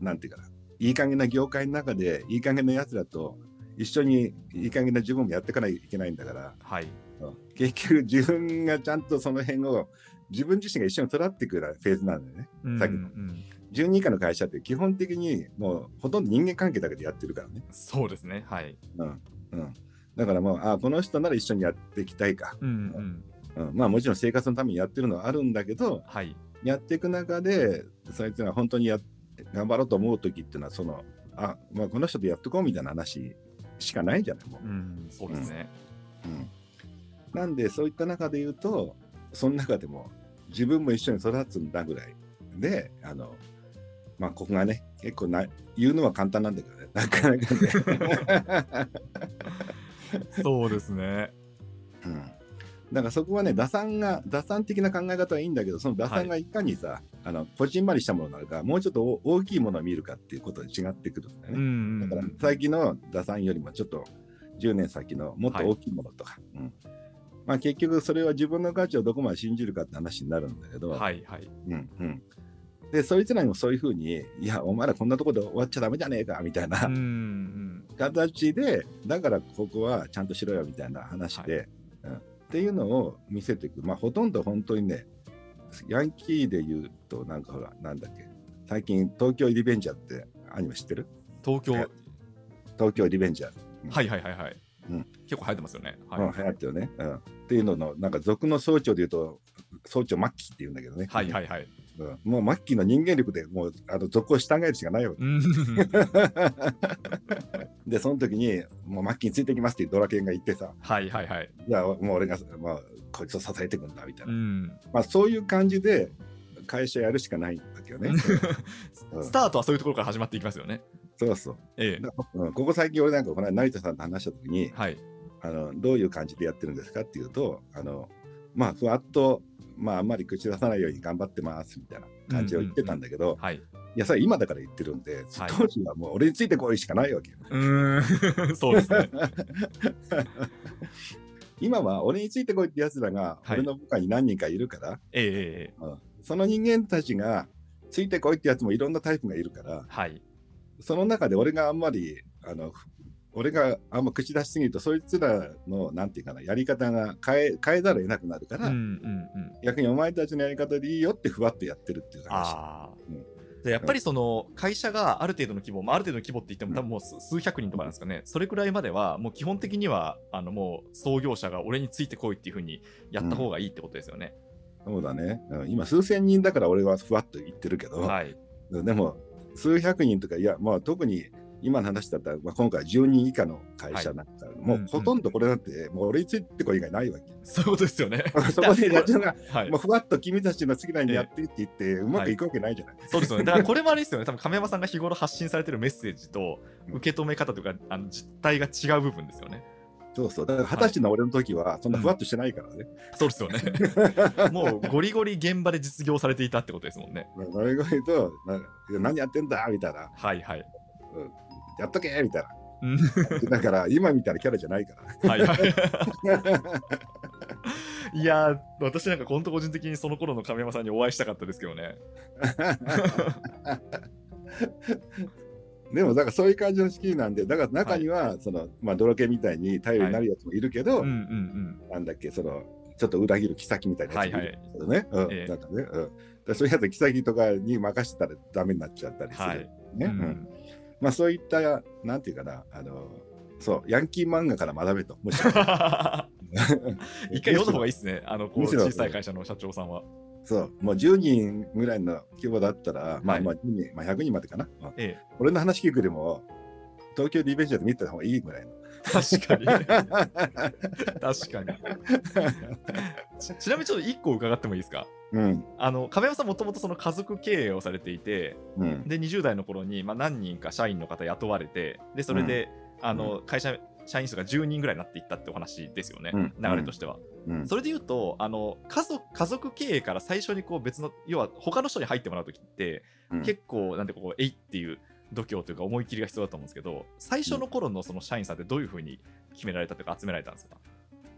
[SPEAKER 1] なんていうかないい加減な業界の中でいい加減なやつらと一緒にいい加減な自分もやっていかないといけないんだから
[SPEAKER 2] はい
[SPEAKER 1] うん結局自分がちゃんとその辺を自分自身が一緒に育っていくようなフェーズなんだよね
[SPEAKER 2] うん
[SPEAKER 1] さっきの
[SPEAKER 2] うん
[SPEAKER 1] 12以下の会社って基本的にもうほとんど人間関係だけでやってるからね
[SPEAKER 2] そうですねはい
[SPEAKER 1] うんうんだからもうあこの人なら一緒にやっていきたいか
[SPEAKER 2] うんうん
[SPEAKER 1] うん、まあもちろん生活のためにやってるのはあるんだけど
[SPEAKER 2] はい
[SPEAKER 1] やっていく中でそいつが本当にやっ頑張ろうと思う時っていうのはそのあ、まあ、この人とやってこうみたいな話しかないじゃないもう
[SPEAKER 2] う、んそうですね、
[SPEAKER 1] うんなんでそういった中で言うとその中でも自分も一緒に育つんだぐらいであのまあここがね結構な言うのは簡単なんだけどねなかなかね、
[SPEAKER 2] そうですね
[SPEAKER 1] うん、だからそこはね打算が打算的な考え方はいいんだけどその打算がいかにさ、あのこじんまりしたものなのかもうちょっとお大きいものを見るかっていうことで違ってくるんだよ
[SPEAKER 2] う
[SPEAKER 1] ね、
[SPEAKER 2] んうん
[SPEAKER 1] だから最近の打算よりもちょっと10年先のもっと大きいものとか、うんまあ、結局それは自分の価値をどこまで信じるかって話になるんだけど、
[SPEAKER 2] はいはい
[SPEAKER 1] うんうん、でそいつらにもそういうふうにいやお前らこんなとこで終わっちゃダメじゃねえかみたいな、
[SPEAKER 2] うんうん
[SPEAKER 1] 形でだからここはちゃんとしろよみたいな話で、うん、っていうのを見せていくまあほとんど本当にねヤンキーで言うとなんかほらなんだっけ最近東京リベンジャーってアニメ知ってる
[SPEAKER 2] 東京
[SPEAKER 1] いや東京リベンジャー、
[SPEAKER 2] はいはいはいはい、
[SPEAKER 1] うん
[SPEAKER 2] 結構流行ってますよねはい、
[SPEAKER 1] うん、流行ってるね、うん、っていうののなんか俗の総長で言うと総長末期っていうんだけどね、
[SPEAKER 2] はいはいはい
[SPEAKER 1] うん、もう末期の人間力でもうあの俗を従えるしかないわけ
[SPEAKER 2] うん
[SPEAKER 1] でその時にもう末期についてきますってドラケンが言ってさ
[SPEAKER 2] はいはいはい
[SPEAKER 1] じゃあもう俺が、まあ、こいつを支えてくんだみたいな
[SPEAKER 2] う。ん
[SPEAKER 1] まあ、そういう感じで会社やるしかないんだけどね。 うん
[SPEAKER 2] スタートはそういうところから始まっていきますよね
[SPEAKER 1] そうそう、
[SPEAKER 2] ええ
[SPEAKER 1] だうんここ最近俺なんかこの間成田さんと話した時に
[SPEAKER 2] はい
[SPEAKER 1] あのどういう感じでやってるんですかっていうとあのまあふわっと、まあ、あんまり口出さないように頑張ってますみたいな感じを言ってたんだけど、
[SPEAKER 2] はい
[SPEAKER 1] いやそれ今だから言ってるんで、
[SPEAKER 2] はい
[SPEAKER 1] 当時はもう俺についてこいしかないわけよ。
[SPEAKER 2] うーん そうですね
[SPEAKER 1] 今は俺についてこいってやつらが
[SPEAKER 2] はい
[SPEAKER 1] 俺の部下に何人かいるから、
[SPEAKER 2] ええええええ
[SPEAKER 1] うんその人間たちがついてこいってやつもいろんなタイプがいるから、
[SPEAKER 2] はい
[SPEAKER 1] その中で俺があんまり、あの、ふ俺があんま口出しすぎると、そいつらの、なんていうかな、やり方が変え、変えざるを得なくなるか
[SPEAKER 2] うん
[SPEAKER 1] ら、
[SPEAKER 2] うんうん
[SPEAKER 1] 逆にお前たちのやり方でいいよってふわっとやってるっていう話。
[SPEAKER 2] ああ、
[SPEAKER 1] うん
[SPEAKER 2] でやっぱりその会社がある程度の規模、まあ、ある程度の規模って言っても、
[SPEAKER 1] うん
[SPEAKER 2] 多分もう数数百人とかなんですかね、それくらいまでは、もう基本的にはあのもう創業者が俺についてこいっていうふうにやった方がいいってことですよね。
[SPEAKER 1] そうだね。うん今、数千人だから俺はふわっと言ってるけど、
[SPEAKER 2] はい、
[SPEAKER 1] でも、数百人とか、いや、まあ特に、今の話だったら、まあ、今回10人以下の会社なんか、も
[SPEAKER 2] うんう
[SPEAKER 1] うんほとんどこれなんて、もう俺についてこい以外ない わけ。
[SPEAKER 2] そういうことです よね。
[SPEAKER 1] そこでやっちゃうが、
[SPEAKER 2] はい
[SPEAKER 1] もう、ふわっと君たちの好きなようにやってって言って、うまくいくわけないじゃない。
[SPEAKER 2] そうですよね。だからこれもあれですよね、多分亀山さんが日頃発信されてるメッセージと
[SPEAKER 1] うん
[SPEAKER 2] 受け止め方というか、あの実態が違う部分ですよね。
[SPEAKER 1] そうそう。だから二十歳の俺の時は、そんなふわっとしてないからね。
[SPEAKER 2] そうですよ ね。もうゴリゴリ現場で実業されていたってことですもんね。
[SPEAKER 1] まあゴリゴリと、なんかいや何やってんだみたいな。
[SPEAKER 2] はいはい。
[SPEAKER 1] やっとけみたい
[SPEAKER 2] うん
[SPEAKER 1] な。だから、今みたいなキャラじゃない から。
[SPEAKER 2] はいはい。いやー、私なんか本当個人的にその頃の亀山さんにお会いしたかったですけどね。
[SPEAKER 1] でも、だからそういう感じの式なんで、だから中には、その、まあ、泥系みたいに頼りになるやつもいるけど、
[SPEAKER 2] うんうんうん。
[SPEAKER 1] なんだっけ、その、ちょっと裏切る妃みたいなやつもいるけどね。うん
[SPEAKER 2] ええ
[SPEAKER 1] なんかね。うん。だからそういうやつ、妃とかに任せてたらダメになっちゃったりする。
[SPEAKER 2] はい。
[SPEAKER 1] ね。
[SPEAKER 2] う
[SPEAKER 1] うん
[SPEAKER 2] ん、
[SPEAKER 1] まあそういった、なんていうかな、あの、そう、ヤンキー漫画から学べと。むしろ
[SPEAKER 2] 一回読んだ方がいいですね。あの、こう
[SPEAKER 1] むしろ
[SPEAKER 2] 小さい会社の社長さんは。
[SPEAKER 1] そう、もう10人ぐらいの規模だったら、ま
[SPEAKER 2] は
[SPEAKER 1] あ
[SPEAKER 2] い
[SPEAKER 1] まあ10人、まあ100人までかな。まあ
[SPEAKER 2] ええ、
[SPEAKER 1] 俺の話聞くよりも、東京リベンジャーで見てた方がいいぐ らいの。
[SPEAKER 2] 確かに。確かに。ちちなみにちょっと一個伺ってもいいですか
[SPEAKER 1] うん、
[SPEAKER 2] あの亀山さんもともとその家族経営をされていて
[SPEAKER 1] うん、
[SPEAKER 2] で20代の頃にまあ何人か社員の方雇われてでそれで、あの会社社員数が10人ぐらいになっていったってお話ですよね、
[SPEAKER 1] うん
[SPEAKER 2] 流れとしては、
[SPEAKER 1] うん。
[SPEAKER 2] それで言うとあの家族家族経営から最初にこう別の要は他の人に入ってもらう時って、
[SPEAKER 1] うん
[SPEAKER 2] 結構なんてこうえいっていう度胸というか思い切りが必要だと思うんですけど最初の頃のその社員さんってどういうふうに決められたというか集められたんですか、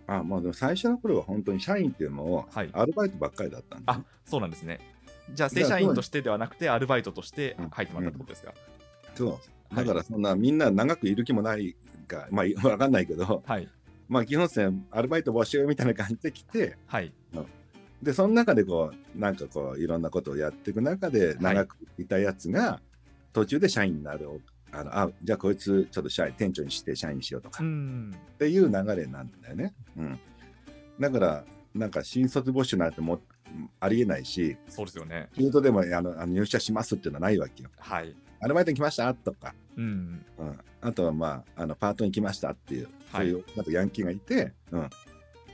[SPEAKER 1] あ、まあでも最初の頃は本当に社員っていうのを、
[SPEAKER 2] はい、
[SPEAKER 1] アルバイトばっかりだったんで、
[SPEAKER 2] あそうなんですねじゃあ正社員としてではなくてアルバイトとして入ってもらったってことですか、
[SPEAKER 1] そう。
[SPEAKER 2] は
[SPEAKER 1] だ
[SPEAKER 2] い
[SPEAKER 1] からそんなみんな長くいる気もないか、まあわかんないけど、
[SPEAKER 2] はい
[SPEAKER 1] まあ基本線アルバイト募集みたいな感じで来て、
[SPEAKER 2] はい
[SPEAKER 1] でその中でこうなんかこういろんなことをやっていく中で長くいたやつが、途中で社員になるあのあじゃあこいつちょっと社員店長にして社員にしようと
[SPEAKER 2] う
[SPEAKER 1] か
[SPEAKER 2] ん
[SPEAKER 1] っていう流れなんだよね、うん、だからなんか新卒募集なんてもうありえないし
[SPEAKER 2] そうですよね
[SPEAKER 1] 中途でもあのあの入社しますっていうのはないわけよ
[SPEAKER 2] はい
[SPEAKER 1] アルバイトに来ましたとか、
[SPEAKER 2] うん
[SPEAKER 1] うん、あとはまああのパートに来ましたっていうそ
[SPEAKER 2] は
[SPEAKER 1] う
[SPEAKER 2] い
[SPEAKER 1] いうなんかヤンキーがいて、うん、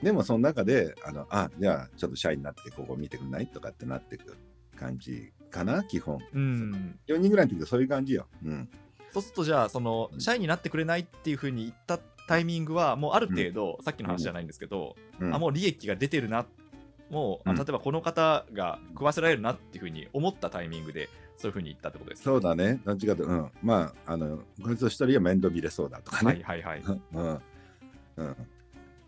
[SPEAKER 1] でもその中であのあじゃあちょっと社員になってここ見てくんないとかってなってく感じかな基本
[SPEAKER 2] うん
[SPEAKER 1] 4人ぐらいの時はそういう感じよ、うん、
[SPEAKER 2] そうするとじゃあその社員になってくれないっていうふうに言ったタイミングはもうある程度、さっきの話じゃないんですけど、
[SPEAKER 1] うん
[SPEAKER 2] あもう利益が出てるなもう、あ
[SPEAKER 1] うん
[SPEAKER 2] 例えばこの方が食わせられるなっていうふうに思ったタイミングでそういうふうに言ったってことですか
[SPEAKER 1] そうだねどっちかというと、うん、まああのこいつ一人は面倒見れそうだとか
[SPEAKER 2] はい
[SPEAKER 1] ね、
[SPEAKER 2] はいはい
[SPEAKER 1] うんうん、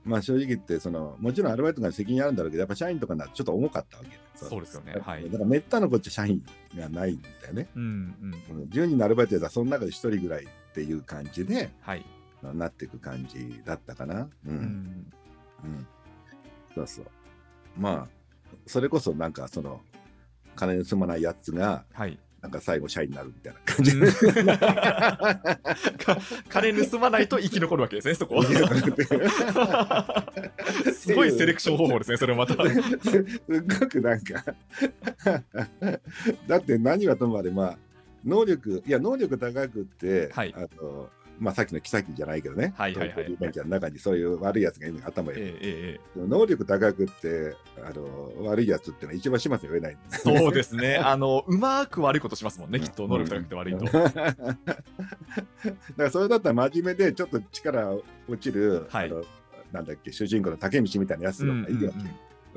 [SPEAKER 1] まあ正直言ってそのもちろんアルバイトが責任あるんだろうけどやっぱ社員とかになるとちょっと重かったわけ
[SPEAKER 2] そうですよねはい
[SPEAKER 1] だからめったのこっちゃ社員がないんだよね
[SPEAKER 2] うんうん
[SPEAKER 1] うん10人のアルバイトやったらその中で1人ぐらいっていう感じで
[SPEAKER 2] はい、
[SPEAKER 1] なっていく感じだったかな。う
[SPEAKER 2] うんん、
[SPEAKER 1] うんそうそう。まあそれこそなんかその金の積まないやつが
[SPEAKER 2] はい
[SPEAKER 1] なんか最後社員になるみたいな 感 じで。
[SPEAKER 2] か金盗まないと生き残るわけですね、そこ。すごいセレクション方法ですね、それまた。はい
[SPEAKER 1] すごくなんかだって何はともあれまあ能力いや能力高くって、
[SPEAKER 2] はい
[SPEAKER 1] あのまあ、さっきの妃じゃないけどね、
[SPEAKER 2] はいはいは
[SPEAKER 1] 東
[SPEAKER 2] い
[SPEAKER 1] 京リベンジャーの中にそういう悪いやつがいるのが頭よ、
[SPEAKER 2] えええ
[SPEAKER 1] でも能力高くってあの悪いやつってのは一番始末が言えないん
[SPEAKER 2] えそうです ね、あのうまく悪いことしますもんね、きっと能力高くて悪いと。
[SPEAKER 1] だからそれだったら真面目でちょっと力落ちる、
[SPEAKER 2] はい
[SPEAKER 1] あのなんだっけ主人公の竹道みたいなやつ
[SPEAKER 2] うんう
[SPEAKER 1] の方がい
[SPEAKER 2] ん
[SPEAKER 1] い
[SPEAKER 2] うん
[SPEAKER 1] わけ、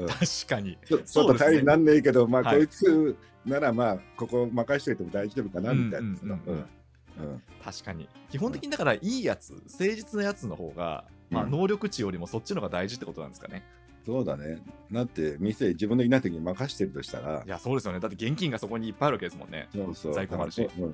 [SPEAKER 1] うん
[SPEAKER 2] 確かに。
[SPEAKER 1] ちょちょっと頼りになんねえけど、まあ、
[SPEAKER 2] はい
[SPEAKER 1] こいつならまあここ任しといても大丈夫かなみたいなさ
[SPEAKER 2] うんうんうん
[SPEAKER 1] うん
[SPEAKER 2] 確かに。基本的にだから、いいやつ、誠実なやつの方が、まあ、
[SPEAKER 1] うん
[SPEAKER 2] 能力値よりもそっちの方が大事ってことなんですかね。
[SPEAKER 1] そうだねだって店自分のいない時に任してるとしたら
[SPEAKER 2] いや、そうですよね。だって現金がそこにいっぱいあるわけですもんね。
[SPEAKER 1] そうそう
[SPEAKER 2] 在庫もあるし
[SPEAKER 1] うんうん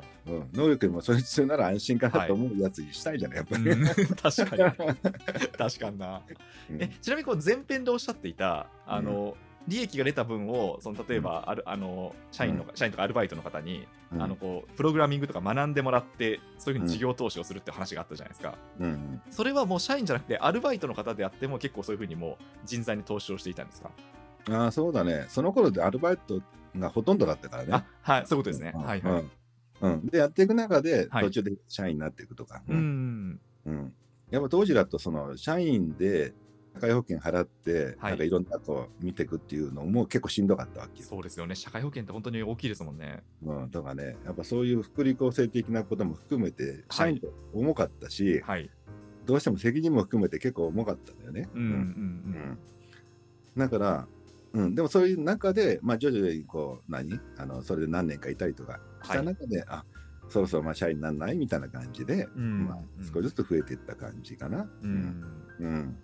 [SPEAKER 1] 能力よりもそいつなら安心かなと思うやつにしたいじゃない、
[SPEAKER 2] う
[SPEAKER 1] やっ
[SPEAKER 2] ん 確かに。 確かにな。
[SPEAKER 1] ぱり
[SPEAKER 2] え
[SPEAKER 1] ね。
[SPEAKER 2] ちなみにこう前編でおっしゃっていたあの、利益が出た分をその例えば、あるあの社員の、
[SPEAKER 1] う
[SPEAKER 2] 社員とかアルバイトの方に、
[SPEAKER 1] うん
[SPEAKER 2] あのこうプログラミングとか学んでもらってそういうふうに事業投資をするって話があったじゃないですか、
[SPEAKER 1] うんうん
[SPEAKER 2] それはもう社員じゃなくてアルバイトの方であっても結構そういうふうにもう人材に投資をしていたんですか、
[SPEAKER 1] ああそうだねその頃でアルバイトがほとんどだったからね。
[SPEAKER 2] あはいそういうことですね、
[SPEAKER 1] うん
[SPEAKER 2] はいはい、
[SPEAKER 1] うんうんでやっていく中で
[SPEAKER 2] はい
[SPEAKER 1] 途中で社員になっていくとか、
[SPEAKER 2] うん、
[SPEAKER 1] うん、やっぱ当時だとその社員で社会保険払って、
[SPEAKER 2] はい
[SPEAKER 1] なんかいろんなこう見ていくっていうのも結構しんどかったわけよ。
[SPEAKER 2] そうですよね社会保険って本当に大きいですもんね
[SPEAKER 1] うん、だからねやっぱそういう福利厚生的なことも含めて
[SPEAKER 2] は
[SPEAKER 1] 社
[SPEAKER 2] い
[SPEAKER 1] 員と重かったし、
[SPEAKER 2] はい
[SPEAKER 1] どうしても責任も含めて結構重かったんだよね。
[SPEAKER 2] うんうん
[SPEAKER 1] だから、うん、でもそういう中で、まあ、徐々にこう何あのそれで何年かいたりとかし
[SPEAKER 2] は
[SPEAKER 1] た
[SPEAKER 2] い
[SPEAKER 1] 中で、あそろそろまあ社員にならないみたいな感じで、
[SPEAKER 2] うんうん
[SPEAKER 1] まあ、少しずつ増えていった感じかな。
[SPEAKER 2] うんうん
[SPEAKER 1] うん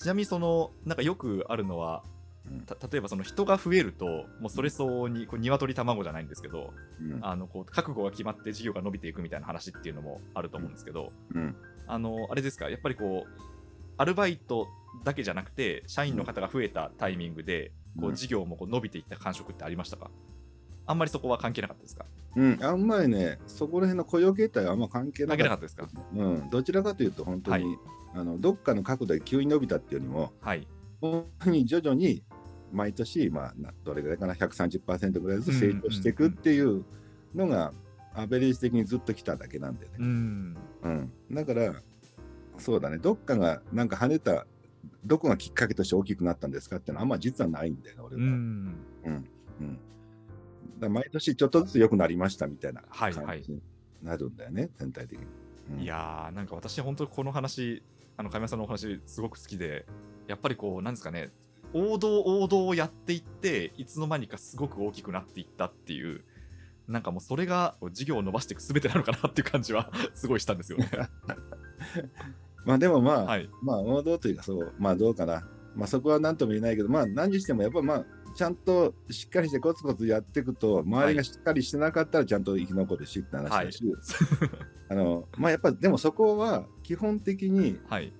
[SPEAKER 2] ちなみにそのなんかよくあるのは
[SPEAKER 1] うん
[SPEAKER 2] た例えばその人が増えるともうそれ相応にこう鶏卵じゃないんですけど
[SPEAKER 1] うん
[SPEAKER 2] あのこう覚悟が決まって事業が伸びていくみたいな話っていうのもあると思うんですけど、
[SPEAKER 1] うん
[SPEAKER 2] あのあれですかやっぱりこうアルバイトだけじゃなくて社員の方が増えたタイミングで、こ
[SPEAKER 1] う
[SPEAKER 2] うん事業もこう伸びていった感触ってありましたかあんまりそこは関係なかったですか
[SPEAKER 1] うん、あんまりねそこら辺の雇用形態はあんま関係な
[SPEAKER 2] 関係
[SPEAKER 1] か
[SPEAKER 2] な
[SPEAKER 1] った
[SPEAKER 2] かったですか
[SPEAKER 1] うん、どちらかというと本当に、
[SPEAKER 2] は
[SPEAKER 1] あのどっかの角度で急に伸びたっていうよりも
[SPEAKER 2] はい
[SPEAKER 1] 本当に徐々に毎年、まあ、などれぐらいかな130%ぐらいずつ成長していくっていうのがアベレージ的にずっと来ただけなんでね、
[SPEAKER 2] ん
[SPEAKER 1] うん、だからそうだねどっかがなんか跳ねたどこがきっかけとして大きくなったんですかってのはあんま実はないんだよね
[SPEAKER 2] う
[SPEAKER 1] 俺は、うん
[SPEAKER 2] ん
[SPEAKER 1] うん、だから毎年ちょっとずつ良くなりましたみたいな
[SPEAKER 2] はいは
[SPEAKER 1] 感
[SPEAKER 2] い
[SPEAKER 1] じになるんだよね、全体的に。うん
[SPEAKER 2] いやーなんか私本当この話あの亀山さんのお話すごく好きでやっぱりこうなんですかね王道王道をやっていっていつの間にかすごく大きくなっていったっていうなんかもうそれが事業を伸ばしていくすべてなのかなっていう感じは すごいしたんですよね。
[SPEAKER 1] まあでもまあ、
[SPEAKER 2] はい、
[SPEAKER 1] まあ王道というかそうまあどうかなまあそこは何とも言えないけどまあ何にしてもやっぱまあちゃんとしっかりしてコツコツやっていくと周りがしっかりしてなかったらちゃんと生き残るしって話だし、あのまあやっぱでもそこは基本的に
[SPEAKER 2] はい、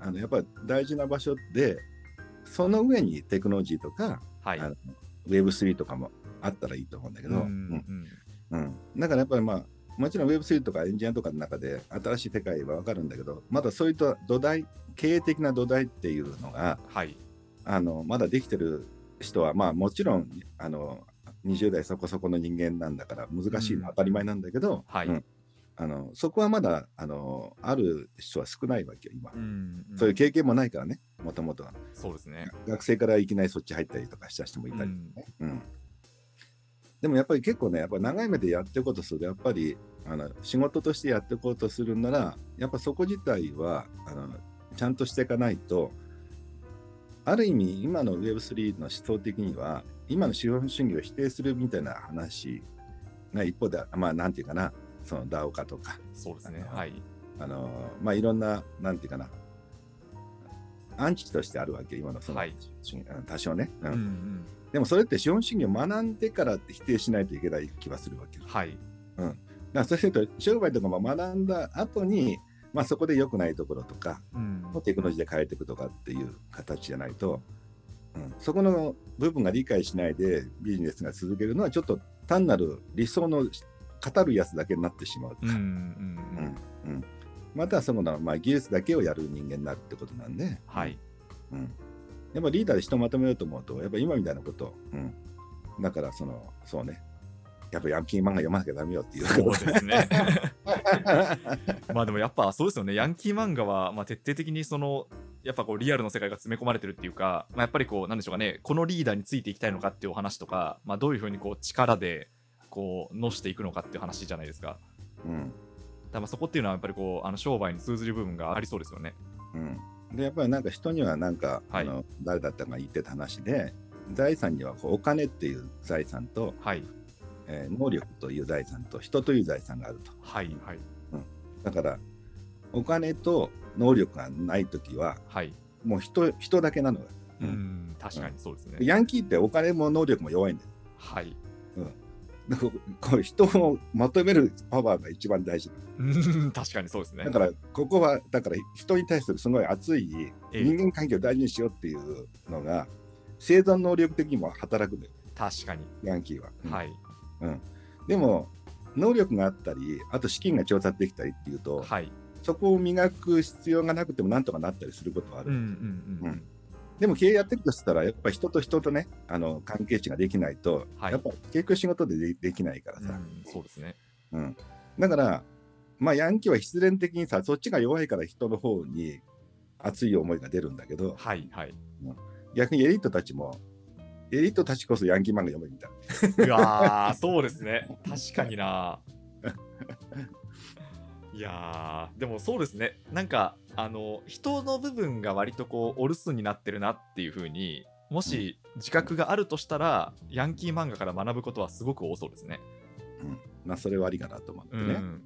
[SPEAKER 1] あのやっぱ大事な場所でその上にテクノロジーとか
[SPEAKER 2] はい、
[SPEAKER 1] あの Web3 とかもあったらいいと思うんだけ
[SPEAKER 2] う
[SPEAKER 1] ど、
[SPEAKER 2] ん
[SPEAKER 1] うんうん、だからやっぱりまあもちろん Web3 とかエンジニアとかの中で新しい世界は分かるんだけどまだそういった土台経営的な土台っていうのが
[SPEAKER 2] はい、
[SPEAKER 1] あのまだできてる人はまあもちろんあの20代そこそこの人間なんだから難しいのは当たり前なんだけど、
[SPEAKER 2] はい
[SPEAKER 1] うんあのそこはまだあのある人は少ないわけよ今、
[SPEAKER 2] うん
[SPEAKER 1] そういう経験もないからねもともとは
[SPEAKER 2] そうですね。
[SPEAKER 1] 学生からいきなりそっち入ったりとかした人もいたりとか
[SPEAKER 2] うん
[SPEAKER 1] うん、でもやっぱり結構ねやっぱ長い目でやっていこうとするとやっぱりあの仕事としてやっていこうとするならやっぱそこ自体はあのちゃんとしていかないとある意味今の Web3 の思想的には今の資本主義を否定するみたいな話が一方でまあなんていうかなその DAO 化とか
[SPEAKER 2] そうですね。
[SPEAKER 1] あの
[SPEAKER 2] はい、
[SPEAKER 1] あのまあいろんななんていうかなアンチとしてあるわけ今のその、
[SPEAKER 2] はい
[SPEAKER 1] 主義あの多少ね、うん
[SPEAKER 2] うん
[SPEAKER 1] でもそれって資本主義を学んでからって否定しないといけない気はするわけよ
[SPEAKER 2] うん
[SPEAKER 1] だか
[SPEAKER 2] はい、
[SPEAKER 1] らそうすると商売とかも学んだ後にまあそこで良くないところとか
[SPEAKER 2] うん
[SPEAKER 1] テクノロジーで変えていくとかっていう形じゃないと、うん、そこの部分が理解しないでビジネスが続けるのはちょっと単なる理想の語るやつだけになってしまうと
[SPEAKER 2] うん
[SPEAKER 1] か、
[SPEAKER 2] う
[SPEAKER 1] うんんうんまたはその、まあ、技術だけをやる人間になるってことなんで、
[SPEAKER 2] はい、
[SPEAKER 1] うん、やっぱリーダーで人をまとめようと思うと、やっぱ今みたいなこと、うん、だからその、そうね、やっぱヤンキー漫画読まなきゃダメよっていう
[SPEAKER 2] そう
[SPEAKER 1] こと
[SPEAKER 2] ですね。まあでもやっぱそうですよね、ヤンキー漫画は、まあ、徹底的にそのやっぱこうリアルの世界が詰め込まれてるっていうか、まあ、やっぱりこう、なんでしょうかね、このリーダーについていきたいのかっていうお話とか、まあ、どういうふうにこう力でこうのしていくのかっていう話じゃないですか。
[SPEAKER 1] うん
[SPEAKER 2] だからまあそこっていうのはやっぱりこうあの商売に通ずる部分がありそうですよね。
[SPEAKER 1] うん、で、やっぱりなんか人にはなんか、
[SPEAKER 2] はい
[SPEAKER 1] あの誰だったかが言ってた話で、財産にはこうお金っていう財産と、
[SPEAKER 2] はい、
[SPEAKER 1] えー能力という財産と、人という財産があると。
[SPEAKER 2] はい、はい、
[SPEAKER 1] だから、お金と能力がないときは、
[SPEAKER 2] はい。
[SPEAKER 1] もう人人だけなのよ、
[SPEAKER 2] う
[SPEAKER 1] うん
[SPEAKER 2] ん、確かにそうですね。
[SPEAKER 1] ヤンキーってお金も能力も弱いんだよ
[SPEAKER 2] はい。
[SPEAKER 1] だからこう人をまとめるパワーが一番大事
[SPEAKER 2] うん 確かにそうですね
[SPEAKER 1] だ。からここはだから人に対するすごい熱い
[SPEAKER 2] ええ
[SPEAKER 1] 人間関係を大事にしようっていうのが生存能力的にも働くんだよ
[SPEAKER 2] 確かに。
[SPEAKER 1] ヤンキーは、うん
[SPEAKER 2] はい、
[SPEAKER 1] でも能力があったりあと資金が調達できたりっていうと、
[SPEAKER 2] はい。
[SPEAKER 1] そこを磨く必要がなくてもなんとかなったりすることはある、
[SPEAKER 2] うん、うん、う
[SPEAKER 1] うんん。でも経営やってるとしたらやっぱ人と人とねあの関係値ができないと、
[SPEAKER 2] はい
[SPEAKER 1] やっぱ結局仕事ででできないから
[SPEAKER 2] う
[SPEAKER 1] さ、
[SPEAKER 2] ん、そうですね。
[SPEAKER 1] うん、だから、まあ、ヤンキーは必然的にさそっちが弱いから人の方に熱い思いが出るんだけど
[SPEAKER 2] はい、はい。
[SPEAKER 1] 逆にエリートたちもエリートたちこそヤンキー漫画読めみたいう
[SPEAKER 2] わー、そうですね。確かにな。いいやーでもそうですねなんかあの人の部分が割とこうお留守になってるなっていう風にもし自覚があるとしたら、ヤンキー漫画から学ぶことはすごく多そうですね。
[SPEAKER 1] うんまあ、それはありかなと思って
[SPEAKER 2] う
[SPEAKER 1] ね。
[SPEAKER 2] ん、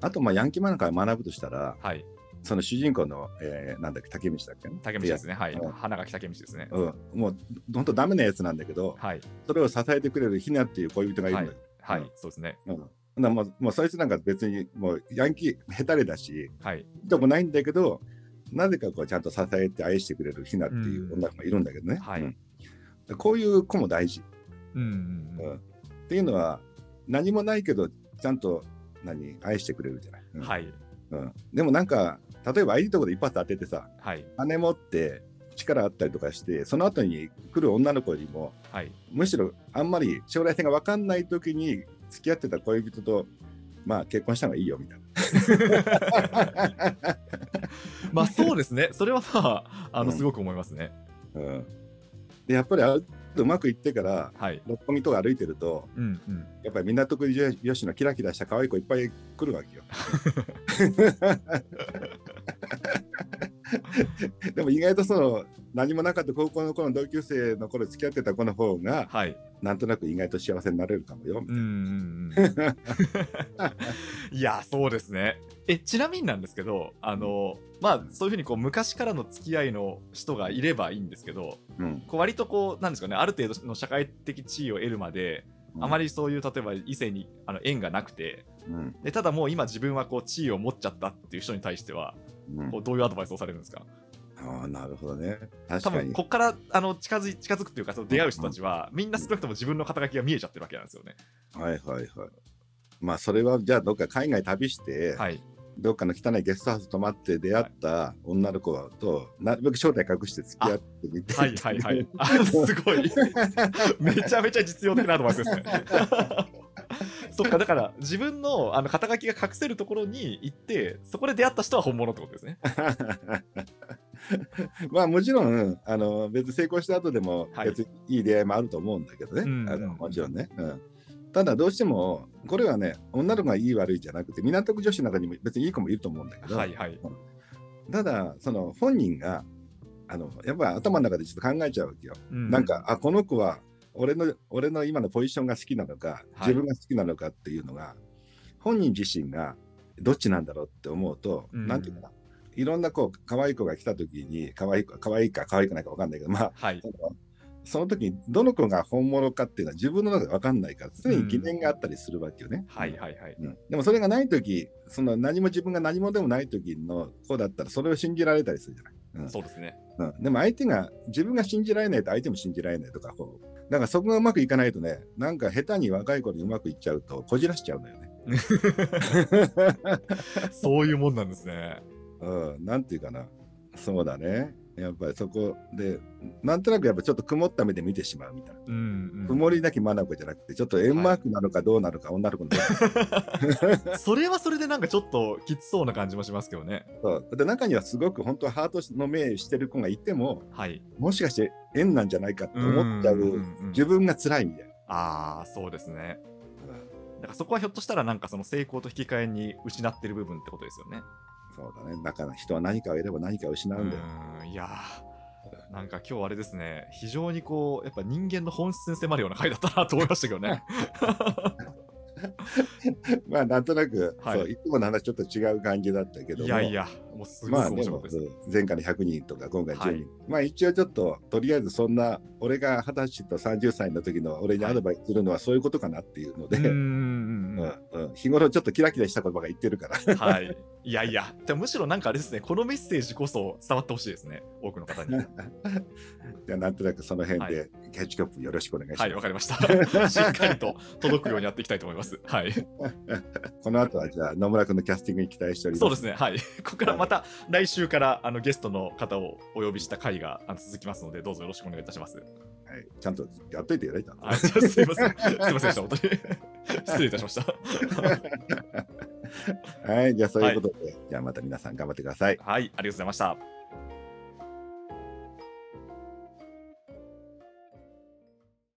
[SPEAKER 1] あと、まあ、ヤンキー漫画から学ぶとしたら、
[SPEAKER 2] はい
[SPEAKER 1] その主人公の、えーなんだっけ、竹道だっけね、
[SPEAKER 2] 竹道ですねはい
[SPEAKER 1] うん
[SPEAKER 2] 花垣竹道ですね。
[SPEAKER 1] うん、もう本当ダメなやつなんだけど、
[SPEAKER 2] はい
[SPEAKER 1] それを支えてくれるヒナっていう恋人がいるんだよ。
[SPEAKER 2] はい、
[SPEAKER 1] うん
[SPEAKER 2] そうですね
[SPEAKER 1] うんだからもうもうそいつなんか別にもうヤンキー下手れだし、
[SPEAKER 2] はい
[SPEAKER 1] でもないんだけど、なぜかこうちゃんと支えて愛してくれるヒナっていう女の子がいるんだけどね。
[SPEAKER 2] うんはい
[SPEAKER 1] うんこういう子も大事、
[SPEAKER 2] うん
[SPEAKER 1] うんっていうのは、何もないけど、ちゃんと何愛してくれるじゃない。うん
[SPEAKER 2] はい
[SPEAKER 1] うん、でもなんか、例えばああいうとこで一発当ててさ、
[SPEAKER 2] はい
[SPEAKER 1] 金持って力あったりとかして、その後に来る女の子よりも、
[SPEAKER 2] はい
[SPEAKER 1] むしろあんまり将来性が分かんない時に付き合ってた恋人と、まあ、結婚した方がいいよみたい な。
[SPEAKER 2] まあそうですねそれはまああの
[SPEAKER 1] うん
[SPEAKER 2] すごく思いますね。
[SPEAKER 1] うん、でやっぱりあるうまくいってから
[SPEAKER 2] はい
[SPEAKER 1] 六本木とか歩いてると
[SPEAKER 2] うんうん
[SPEAKER 1] やっぱり港区女子のキラキラした可愛い子いっぱい来るわ けよ。でも意外とその何もなかった高校の頃の同級生の頃付き合ってた子の方が
[SPEAKER 2] はい
[SPEAKER 1] なんとなく意外と幸せになれるかもよみたいな
[SPEAKER 2] うんうんうん いやそうですねえちなみになんですけどあの、まあそういうふうにこう昔からの付き合いの人がいればいいんですけど
[SPEAKER 1] うん
[SPEAKER 2] こう割とこうなんですかねある程度の社会的地位を得るまで、あまりそういう例えば異性にあの縁がなくて
[SPEAKER 1] うん
[SPEAKER 2] でただもう今自分はこう地位を持っちゃったっていう人に対しては
[SPEAKER 1] うん
[SPEAKER 2] こうどういうアドバイスをされるんですか
[SPEAKER 1] ああなるほどね確
[SPEAKER 2] 多
[SPEAKER 1] か
[SPEAKER 2] 分
[SPEAKER 1] に
[SPEAKER 2] ここからあの近づい近づくというかその出会う人たちは、みんな少なくとも自分の肩書きが見えちゃってるわけなんですよね。
[SPEAKER 1] はいはいはいまあそれはじゃあどっか海外旅して、
[SPEAKER 2] はい、
[SPEAKER 1] どっかの汚いゲストハウス泊まって出会った女の子となるべく正体隠して付き合ってみて
[SPEAKER 2] はいはいはい。あす ごい。めちゃめちゃ実用的なアドバイスですね。 そっかだから自分のあの肩書きが隠せるところに行ってそこで出会った人は本物ってことですね。
[SPEAKER 1] まあもちろんあの別に成功した後でも
[SPEAKER 2] はい
[SPEAKER 1] 別にいい出会いもあると思うんだけどね、
[SPEAKER 2] うん
[SPEAKER 1] あのもちろんね、うん、ただどうしてもこれはね女の子がいい悪いじゃなくて港区女子の中にも別にいい子もいると思うんだけど、
[SPEAKER 2] はいはい。
[SPEAKER 1] ただその本人があのやっぱ頭の中でちょっと考えちゃうわけよ、なんかあこの子は俺の俺の今のポジションが好きなのか、
[SPEAKER 2] はい
[SPEAKER 1] 自分が好きなのかっていうのが本人自身がどっちなんだろうって思うと、
[SPEAKER 2] うん
[SPEAKER 1] なんていうかないろんなこう可愛い子が来た時に可愛い子可愛いか可愛くないか分かんないけどまあ
[SPEAKER 2] はい
[SPEAKER 1] そ。のその時にどの子が本物かっていうのは自分の中で分かんないから常に疑念があったりするわけよね。
[SPEAKER 2] はいはいはい。
[SPEAKER 1] うんでもそれがない時その何も自分が何もでもない時の子だったらそれを信じられたりするじゃない。うん
[SPEAKER 2] そうですね。
[SPEAKER 1] うん、でも相手が自分が信じられないと相手も信じられないとかこうだからそこがうまくいかないとねなんか下手に若い子にうまくいっちゃうとこじらしちゃうのよ ね。
[SPEAKER 2] そういうもんなんですね。
[SPEAKER 1] うん、なんていうかなそうだねやっぱりそこでなんとなくやっぱちょっと曇った目で見てしまうみたいな。
[SPEAKER 2] うん、うん。
[SPEAKER 1] 曇りなき眼じゃなくてちょっと円マークなのかどうなのか女の子のどうなのか
[SPEAKER 2] それはそれでなんかちょっときつそうな感じもしますけどね。
[SPEAKER 1] そうで中にはすごく本当はハートの目してる子がいても
[SPEAKER 2] はい。
[SPEAKER 1] もしかして縁なんじゃないかって思っちゃ
[SPEAKER 2] んん
[SPEAKER 1] うん自分が辛いみたいな。
[SPEAKER 2] ああそうですね。
[SPEAKER 1] うん
[SPEAKER 2] だからそこはひょっとしたらなんかその成功と引き換えに失ってる部分ってことですよね。
[SPEAKER 1] そうだね。だから人は何かを得れば何かを失うんだよ。
[SPEAKER 2] うーんいやーなんか今日あれですね非常にこうやっぱ人間の本質に迫るような回だったなと思いましたけどね
[SPEAKER 1] まあなんとなく、
[SPEAKER 2] はい
[SPEAKER 1] そういつもの話ちょっと違う感じだった けども
[SPEAKER 2] いやいやもうすご
[SPEAKER 1] ま
[SPEAKER 2] い
[SPEAKER 1] あ
[SPEAKER 2] 面
[SPEAKER 1] で
[SPEAKER 2] 白かっ
[SPEAKER 1] も
[SPEAKER 2] たで
[SPEAKER 1] う
[SPEAKER 2] す、
[SPEAKER 1] ん前回の100人とか今回10人、
[SPEAKER 2] はい
[SPEAKER 1] まあ一応ちょっととりあえずそんな俺が20歳と30歳の時の俺にアドバイスするのはそういうことかなっていうので、
[SPEAKER 2] うー
[SPEAKER 1] うん
[SPEAKER 2] ん
[SPEAKER 1] うん日頃ちょっとキラキラした言葉が言ってるから
[SPEAKER 2] はいいやいやでもむしろなんかあれですねこのメッセージこそ伝わってほしいですね多くの 方に
[SPEAKER 1] じゃあなんとなくその辺でキャッチコップよろしくお願いします、
[SPEAKER 2] はいわかりました しっかりと届くようにやっていきたいと思いますはい
[SPEAKER 1] この後はじゃあ野村君のキャスティングに期待しております
[SPEAKER 2] そうですねはいここからまた来週からあのゲストの方をお呼びした回があの続きますのでどうぞよろしくお願いいたします
[SPEAKER 1] はい、ちゃんとやっといていただいたの
[SPEAKER 2] あすいません。すいませんでした、本当に。失礼いたしま した。
[SPEAKER 1] はいじゃあそういうことで、じゃあまた皆さん頑張ってください
[SPEAKER 2] はい、ありがとうございました。